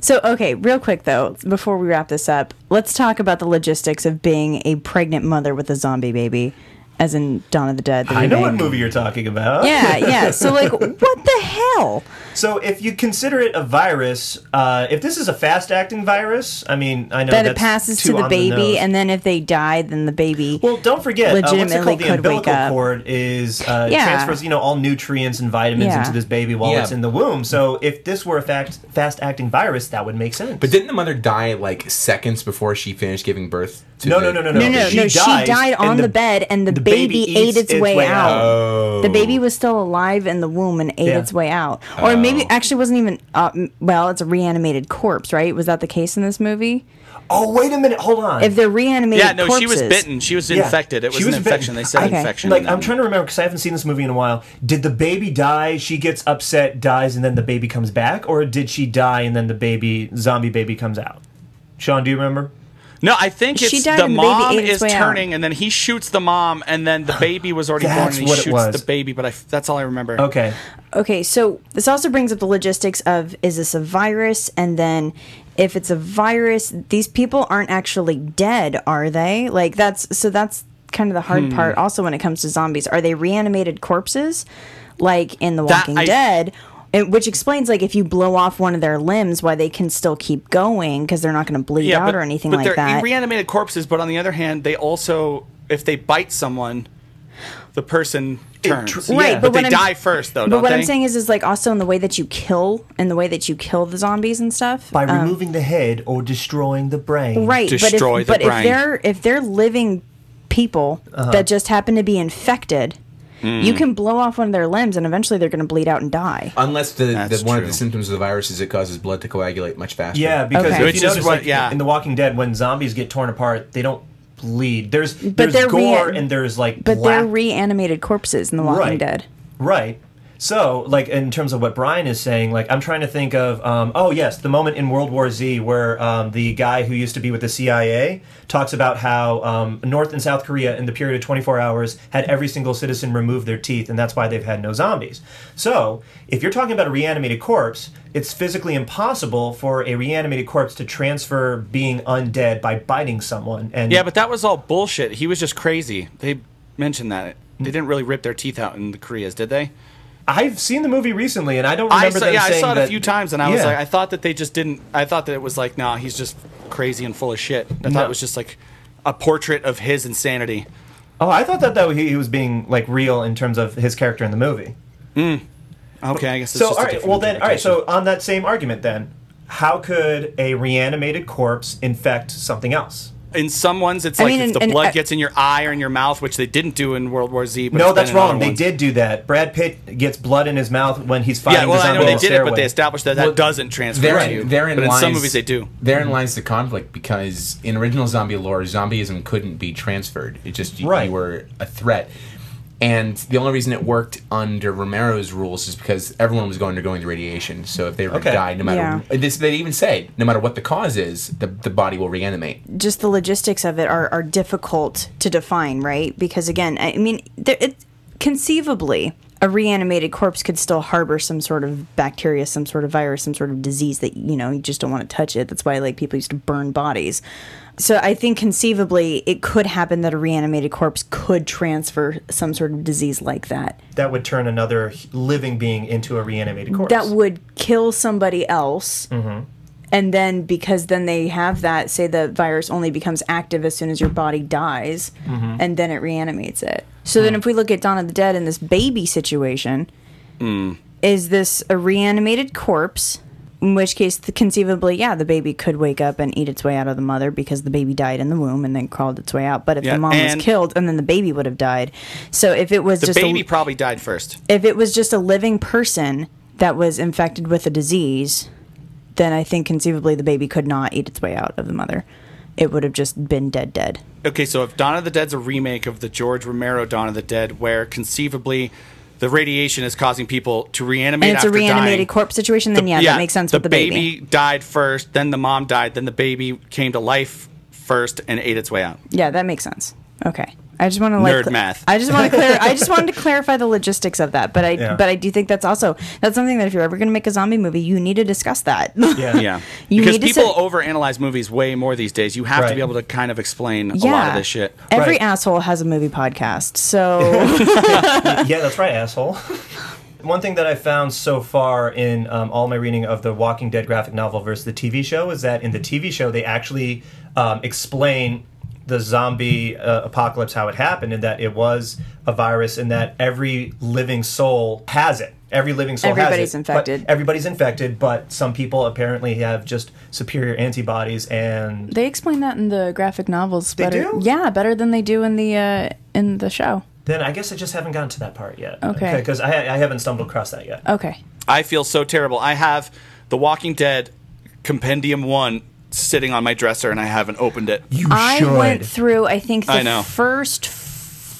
So, okay, real quick though, before we wrap this up, let's talk about the logistics of being a pregnant mother with a zombie baby, as in Dawn of the Dead. the I know what remake. movie Oh, you're talking about. Yeah, yeah. So, like, what the hell? So if you consider it a virus, uh, if this is a fast-acting virus, I mean, I know That it that's passes too to the on nose. baby, and then if they die, then the baby. Well, don't forget, uh, what's it legitimately called? The could wake umbilical up. cord is uh, Yeah. transfers, you know, all nutrients and vitamins Yeah. into this baby while Yeah. it's in the womb. So if this were a fact, fast-acting virus, that would make sense. But didn't the mother die like seconds before she finished giving birth? To no, the- no, no, no, no, no, no. She dies, died and on the, bed, and the, the baby, baby ate eats its, way, out. The baby was still alive in the womb and ate Yeah. its way out, or maybe actually wasn't even. Uh, m- well, it's a reanimated corpse, right? Was that the case in this movie? Oh, wait a minute. Hold on. If they're reanimated Yeah, no, she was corpses- bitten. She was Yeah. infected. It was, She an bitten. infection. They said Okay. infection. Like and then- I'm trying to remember because I haven't seen this movie in a while. Did the baby die? She gets upset, dies, and then the baby comes back, or did she die and then the baby zombie baby comes out? Sean, do you remember? No, I think it's She died the and the baby mom ate its is way out. turning, and then he shoots the mom, and then the baby was already born, and That's he what it shoots was. the baby. But I, that's all I remember. Okay, Okay, so this also brings up the logistics of is this a virus? And then if it's a virus, these people aren't actually dead, are they? Like that's so that's kind of the Hmm. hard part also when it comes to zombies. Are they reanimated corpses like in The That Walking I- Dead? And, which explains like if you blow off one of their limbs why they can still keep going because they're not going to bleed yeah, out but, or anything but like they're e that. reanimated corpses. But on the other hand, they also, if they bite someone, the person turns. tr- Right, Yeah. but, But what they I'm- die first, though. But don't what they? I'm saying is, is like also in the way that you kill, in the way that you kill the zombies and stuff. by removing the head or destroying the brain. right destroy but if, the but brain. if they're if they're living people that just happen to be infected you Hmm. can blow off one of their limbs and eventually they're going to bleed out and die Unless the, the That's one of true. the symptoms of the virus is it causes blood to coagulate much faster. Uh, Yeah, because Okay. if Which you is notice, what- like, yeah. in The Walking Dead, when zombies get torn apart, they don't bleed. There's there's they're gore rea- and there's like but black they're reanimated corpses in the walking Right. dead Right. So, like, in terms of what Brian is saying, like, I'm trying to think of, um, oh, yes, the moment in World War Z where um, the guy who used to be with the CIA talks about how um, North and South Korea, in the period of 24 hours, had every single citizen remove their teeth, and that's why they've had no zombies. So, if you're talking about a reanimated corpse, it's physically impossible for a reanimated corpse to transfer being undead by biting someone. And yeah, but that was all bullshit. He was just crazy. They mentioned that Hmm. they didn't really rip their teeth out in the Koreas, did they? I've seen the movie recently, and I don't remember I saw, them yeah, I saying saw it a that- few times, and I was Yeah. like, I thought that they just didn't. I thought that it was like, nah, he's just crazy and full of shit. I thought No. it was just like a portrait of his insanity. Oh, I thought that that he, he was being like real in terms of his character in the movie. Okay, I guess. It's So, just a all right, different well then, all right. interpretation. So, on that same argument, then, how could a reanimated corpse infect something else? in some ones, it's I like mean, if and- the and blood I- gets in your eye or in your mouth, which they didn't do in World War Z. But it's No, been that's in other wrong. They ones. did do that. Brad Pitt gets blood in his mouth when he's fighting Yeah, well, the I zombie know on they the did it, but stairway. they established that that Well, doesn't transfer to you. Therein, therein but in lies, some movies, they do. Therein lies the conflict because in original zombie lore, zombieism couldn't be transferred. It just you, Right. you were a threat. And the only reason it worked under Romero's rules is because everyone was going undergoing the radiation. So if they were Okay. to die, no matter Yeah. this, they even say no matter what the cause is, the, the body will reanimate. just the logistics of it are, are difficult to define, right? Because again, I mean, there, it, conceivably, a reanimated corpse could still harbor some sort of bacteria, some sort of virus, some sort of disease that you know you just don't want to touch it. That's why like people used to burn bodies. So I think conceivably it could happen that a reanimated corpse could transfer some sort of disease like that. that would turn another h- living being into a reanimated corpse. That would kill somebody else. And then, because then they have that, say the virus only becomes active as soon as your body dies, and then it reanimates it. So then, if we look at Dawn of the Dead in this baby situation, Mm. is this a reanimated corpse? In which case, the, conceivably, yeah, the baby could wake up and eat its way out of the mother because the baby died in the womb and then crawled its way out. But if Yeah, the mom and- was killed, and then the baby would have died. So if it was The just a- baby probably died first. if it was just a living person that was infected with a disease, then I think conceivably the baby could not eat its way out of the mother. It would have just been dead, dead. Okay, so if Dawn of the Dead's a remake of the George Romero Dawn of the Dead, where conceivably the radiation is causing people to reanimate And it's a after dying. reanimated corpse situation, then yeah, that makes sense the with the baby. died first, then the mom died, then the baby came to life first and ate its way out. Yeah, that makes sense. Okay. I just want to like Nerd cl- math. I just want to clear. I just wanted to clarify the logistics of that, but I Yeah. but I do think that's also that's something that if you're ever going to make a zombie movie, you need to discuss that. yeah. Yeah. You because need to people sit- overanalyze movies way more these days. You have to Right. be able to kind of explain a yeah, lot of this shit. Every Right. asshole has a movie podcast, so yeah, that's right, asshole. One thing that I found so far in um, all my reading of the Walking Dead graphic novel versus the TV show is that in the TV show they actually um, explain the zombie uh, apocalypse how it happened and that it was a virus and that every living soul has it. Every living soul Everybody's has it. but infected. Everybody's infected, but some people apparently have just superior antibodies and They explain that in the graphic novels better. do? Yeah, better than they do in the uh, in the show. then I guess I just haven't gotten to that part yet. Okay. Because I, I haven't stumbled across that yet. Okay. I feel so terrible. I have The Walking Dead Compendium 1 sitting on my dresser and I haven't opened it. You I should. went through, I think, the I know. first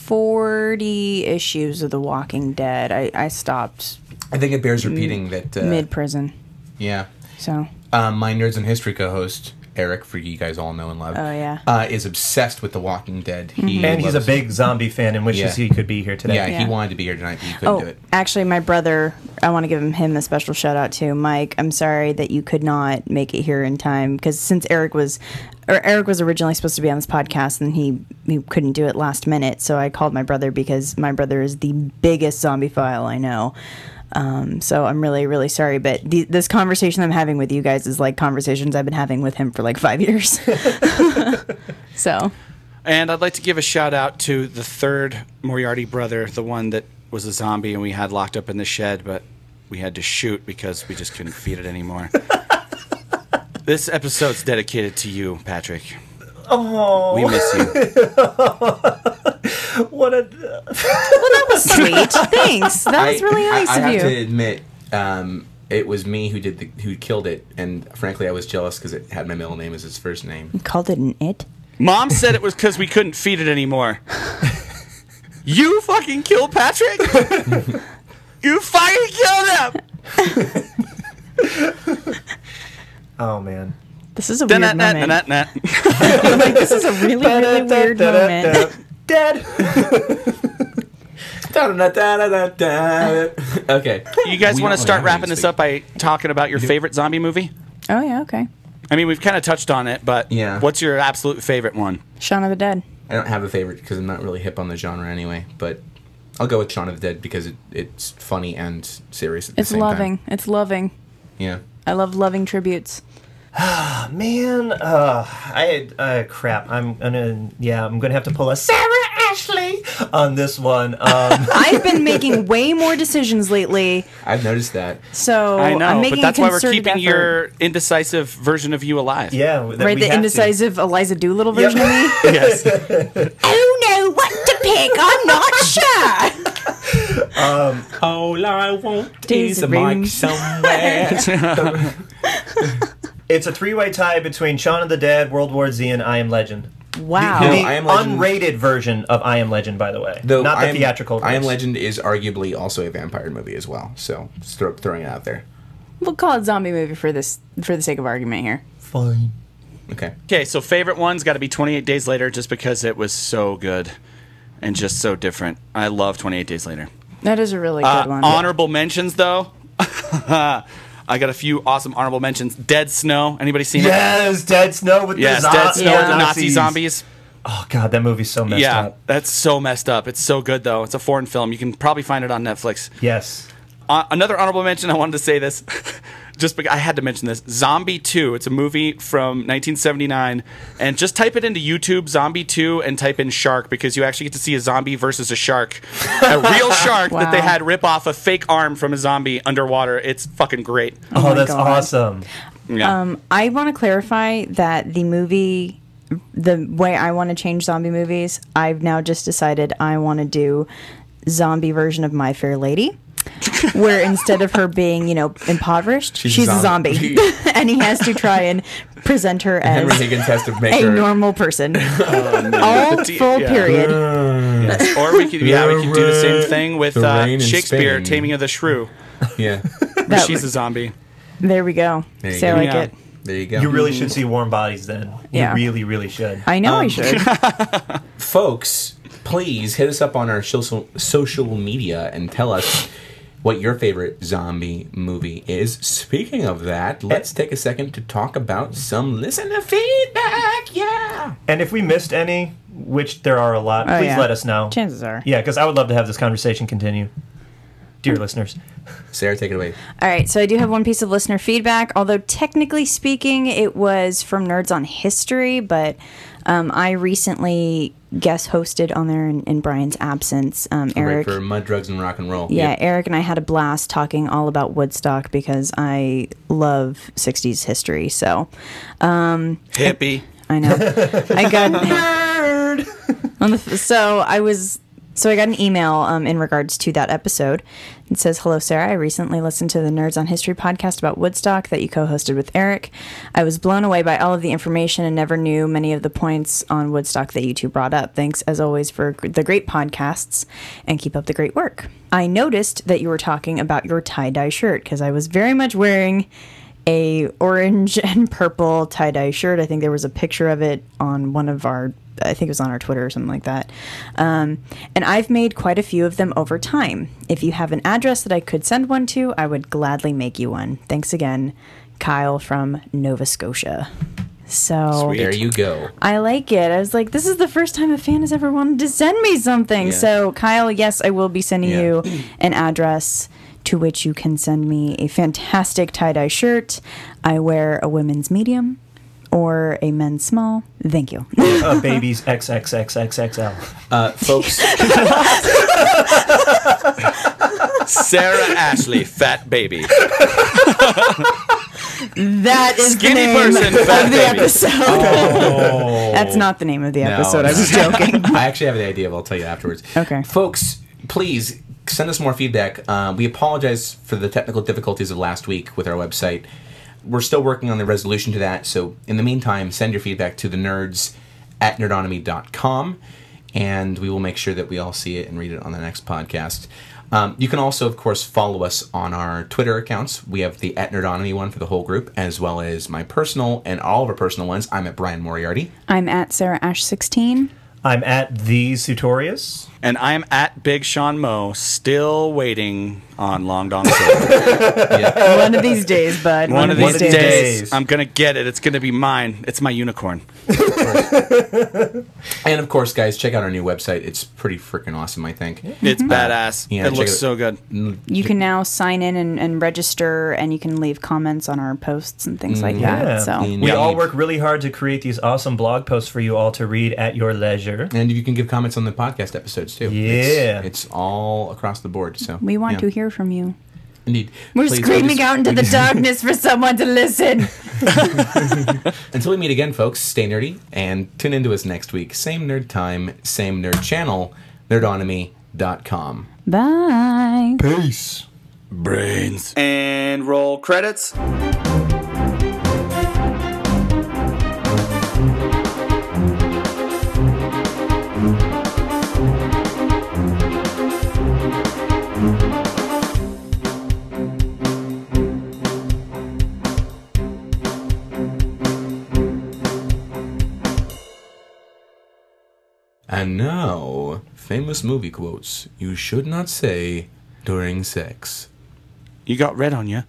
40 issues of The Walking Dead. I, I stopped I think it bears repeating that. Uh, mid prison. Yeah. So, Um, my Nerds and History co-host Eric, for you guys all know and love. Oh, yeah. Mm-hmm. Uh, is obsessed with The Walking Dead. He and he's a loves- big zombie fan and wishes Yeah. he could be here today. Yeah, Yeah. He wanted to be here tonight, but he couldn't do oh, it. actually, my brother, I want to give him, him a special shout out too. Mike, I'm sorry that you could not make it here in time because since Eric was, or Eric was originally supposed to be on this podcast and he, he couldn't do it last minute. So I called my brother because my brother is the biggest zombie file I know. Um, so I'm really, really sorry, but the, this conversation I'm having with you guys is like conversations I've been having with him for like five years. so And I'd like to give a shout out to the third Moriarty brother, the one that was a zombie and we had locked up in the shed, but we had to shoot because we just couldn't feed it anymore. this episode's dedicated to you, Patrick. Oh, we miss you. What a sweet, thanks. That was really nice I, I of you. have to admit, um, it was me who did the, who killed it, and frankly, I was jealous because it had my middle name as its first name. Called it an it. Mom said it was because we couldn't feed it anymore. you fucking killed Patrick? you fucking killed him! oh man. This is a weird moment. Da-na-na-na-na-na. like this is a really really weird moment. Dead. okay. You guys We don't want to start have wrapping any this up by talking about your favorite zombie movie? Oh yeah, okay. I mean, we've kind of touched on it, but Yeah. what's your absolute favorite one? Shaun of the Dead. I don't have a favorite because I'm not really hip on the genre anyway, but I'll go with Shaun of the Dead because it, it's funny and serious at the It's same time. loving. It's loving. Yeah. I love loving tributes. Man, uh, I uh, crap. I'm gonna yeah. I'm gonna have to pull a Sarah Ashley on this one. Um, I've been making way more decisions lately, I've noticed that. so I know, am Oh, making but that's a why we're concerted keeping effort. your indecisive version of you alive. yeah, that right we the have to. indecisive Eliza Doolittle Yep. version of me. Yes. I don't know what to pick. I'm not sure. All I want Days is a of mic room. somewhere. It's a three-way tie between Shaun of the Dead, World War Z, and I Am Legend. Wow. No, the I Am Legend- unrated version of I Am Legend, by the way, Though not the I Am- theatrical. I Am verse. Legend is arguably also a vampire movie as well, so just throw, throwing it out there. We'll call it zombie movie for this for the sake of argument here. Fine. Okay. okay, so favorite one's got to be 28 Days Later just because it was so good and just so different. I love 28 Days Later. That is a really Uh, good one. honorable mentions, though. I got a few awesome honorable mentions. Dead Snow. Anybody seen it? Yes, Dead Snow with Yes, the, zo- Dead Snow with the Yeah. Nazi zombies. Oh god, that movie's so messed yeah, up. that's so messed up. It's so good though. It's a foreign film. You can probably find it on Netflix. Yes. Uh, another honorable mention. I wanted to say this, just because I had to mention this. Zombie Two. It's a movie from 1979, and just type it into YouTube, Zombie Two, and type in shark because you actually get to see a zombie versus a shark, a real shark that they Wow. had rip off a fake arm from a zombie underwater. It's fucking great. Oh, my that's God. awesome. Yeah. Um, I want to clarify that the movie, the way I want to change zombie movies, I've now just decided I want to do zombie version of My Fair Lady, where instead of her being, you know, impoverished, she's, a zombie, and he has to try and present her Henry as Higgins has to make a her. normal person, all full yeah. period. or we could, yeah, we could do the same Rain- thing with the rain uh, in Shakespeare, Spain. Taming of the Shrew. yeah. That- She's a zombie. there we go. There you Say I go. like Yeah. it. There you go. You really should see Warm Bodies then. Mm. Yeah. You really, really should. I know I should. folks, please hit us up on our social social media and tell us what your favorite zombie movie is. Speaking of that, let's take a second to talk about some listener feedback. Yeah. And if we missed any, which there are a lot, Oh, please yeah. let us know. Chances are. Yeah, because I would love to have this conversation continue. Dear listeners. Sarah, take it away. All right, so I do have one piece of listener feedback. Although technically speaking, it was from Nerds on History, but um, I recently guest hosted on there in, in Brian's absence. Um, Right Eric, for mud, drugs, and rock and roll. yeah, Eric and I had a blast talking all about Woodstock because I love '60s history. So Hippie. I know I got on the so I was So I got an email um, in regards to that episode. It says, Hello, Sarah. I recently listened to the Nerds on History podcast about Woodstock that you co hosted with Eric. I was blown away by all of the information and never knew many of the points on Woodstock that you two brought up. Thanks, as always, for gr- the great podcasts and keep up the great work. I noticed that you were talking about your tie dye shirt because I was very much wearing a orange and purple tie dye shirt. I think there was a picture of it on one of our. I think it was on our Twitter or something like that. Um, and I've made quite a few of them over time. If you have an address that I could send one to, I would gladly make you one. Thanks again, Kyle from Nova Scotia. So There you go. I like it. I was like, this is the first time a fan has ever wanted to send me something. Yeah. So, Kyle, yes, I will be sending Yeah. you an address to which you can send me a fantastic tie dye shirt. I wear a women's medium or a men's small. Thank you. Uh, babies XXXXXL. Uh, folks, Sarah Ashley, fat baby. That is Skinny the name person, of fat the baby. episode. That's not the name of the episode. I was joking. I actually have the idea, but I'll tell you afterwards. Okay. Folks, please send us more feedback. Um, we apologize for the technical difficulties of last week with our website. We're still working on the resolution to that. So, in the meantime, send your feedback to the nerds at nerdonomy.com, and we will make sure that we all see it and read it on the next podcast. Um, you can also, of course, follow us on our Twitter accounts. We have the at Nerdonomy one for the whole group, as well as my personal and all of our personal ones. I'm at Brian Moriarty. I'm at Sarah Ash 16. I'm at the Sutorius. And I'm at Big Sean Moe, still waiting on Long Dong Silver. One of these days, bud. One of these days, days. I'm going to get it. It's going to be mine. It's my unicorn. And of course, guys, check out our new website. It's pretty freaking awesome, I think. It's badass. Yeah, it check looks it- so good. you can now sign in and, and register and you can leave comments on our posts and things like Mm, Yeah. that so And- We Yeah. all work really hard to create these awesome blog posts for you all to read at your leisure. And you can give comments on the podcast episodes too. Yeah. it's, it's all across the board. So we want yeah. to hear from you Indeed, we're Please, screaming just- out into the darkness for someone to listen Until we meet again, folks. Stay nerdy and tune into us next week. Same nerd time, same nerd channel. Nerdonomy.com. bye Brains. And roll credits. And now, famous movie quotes you should not say during sex. You got red on you.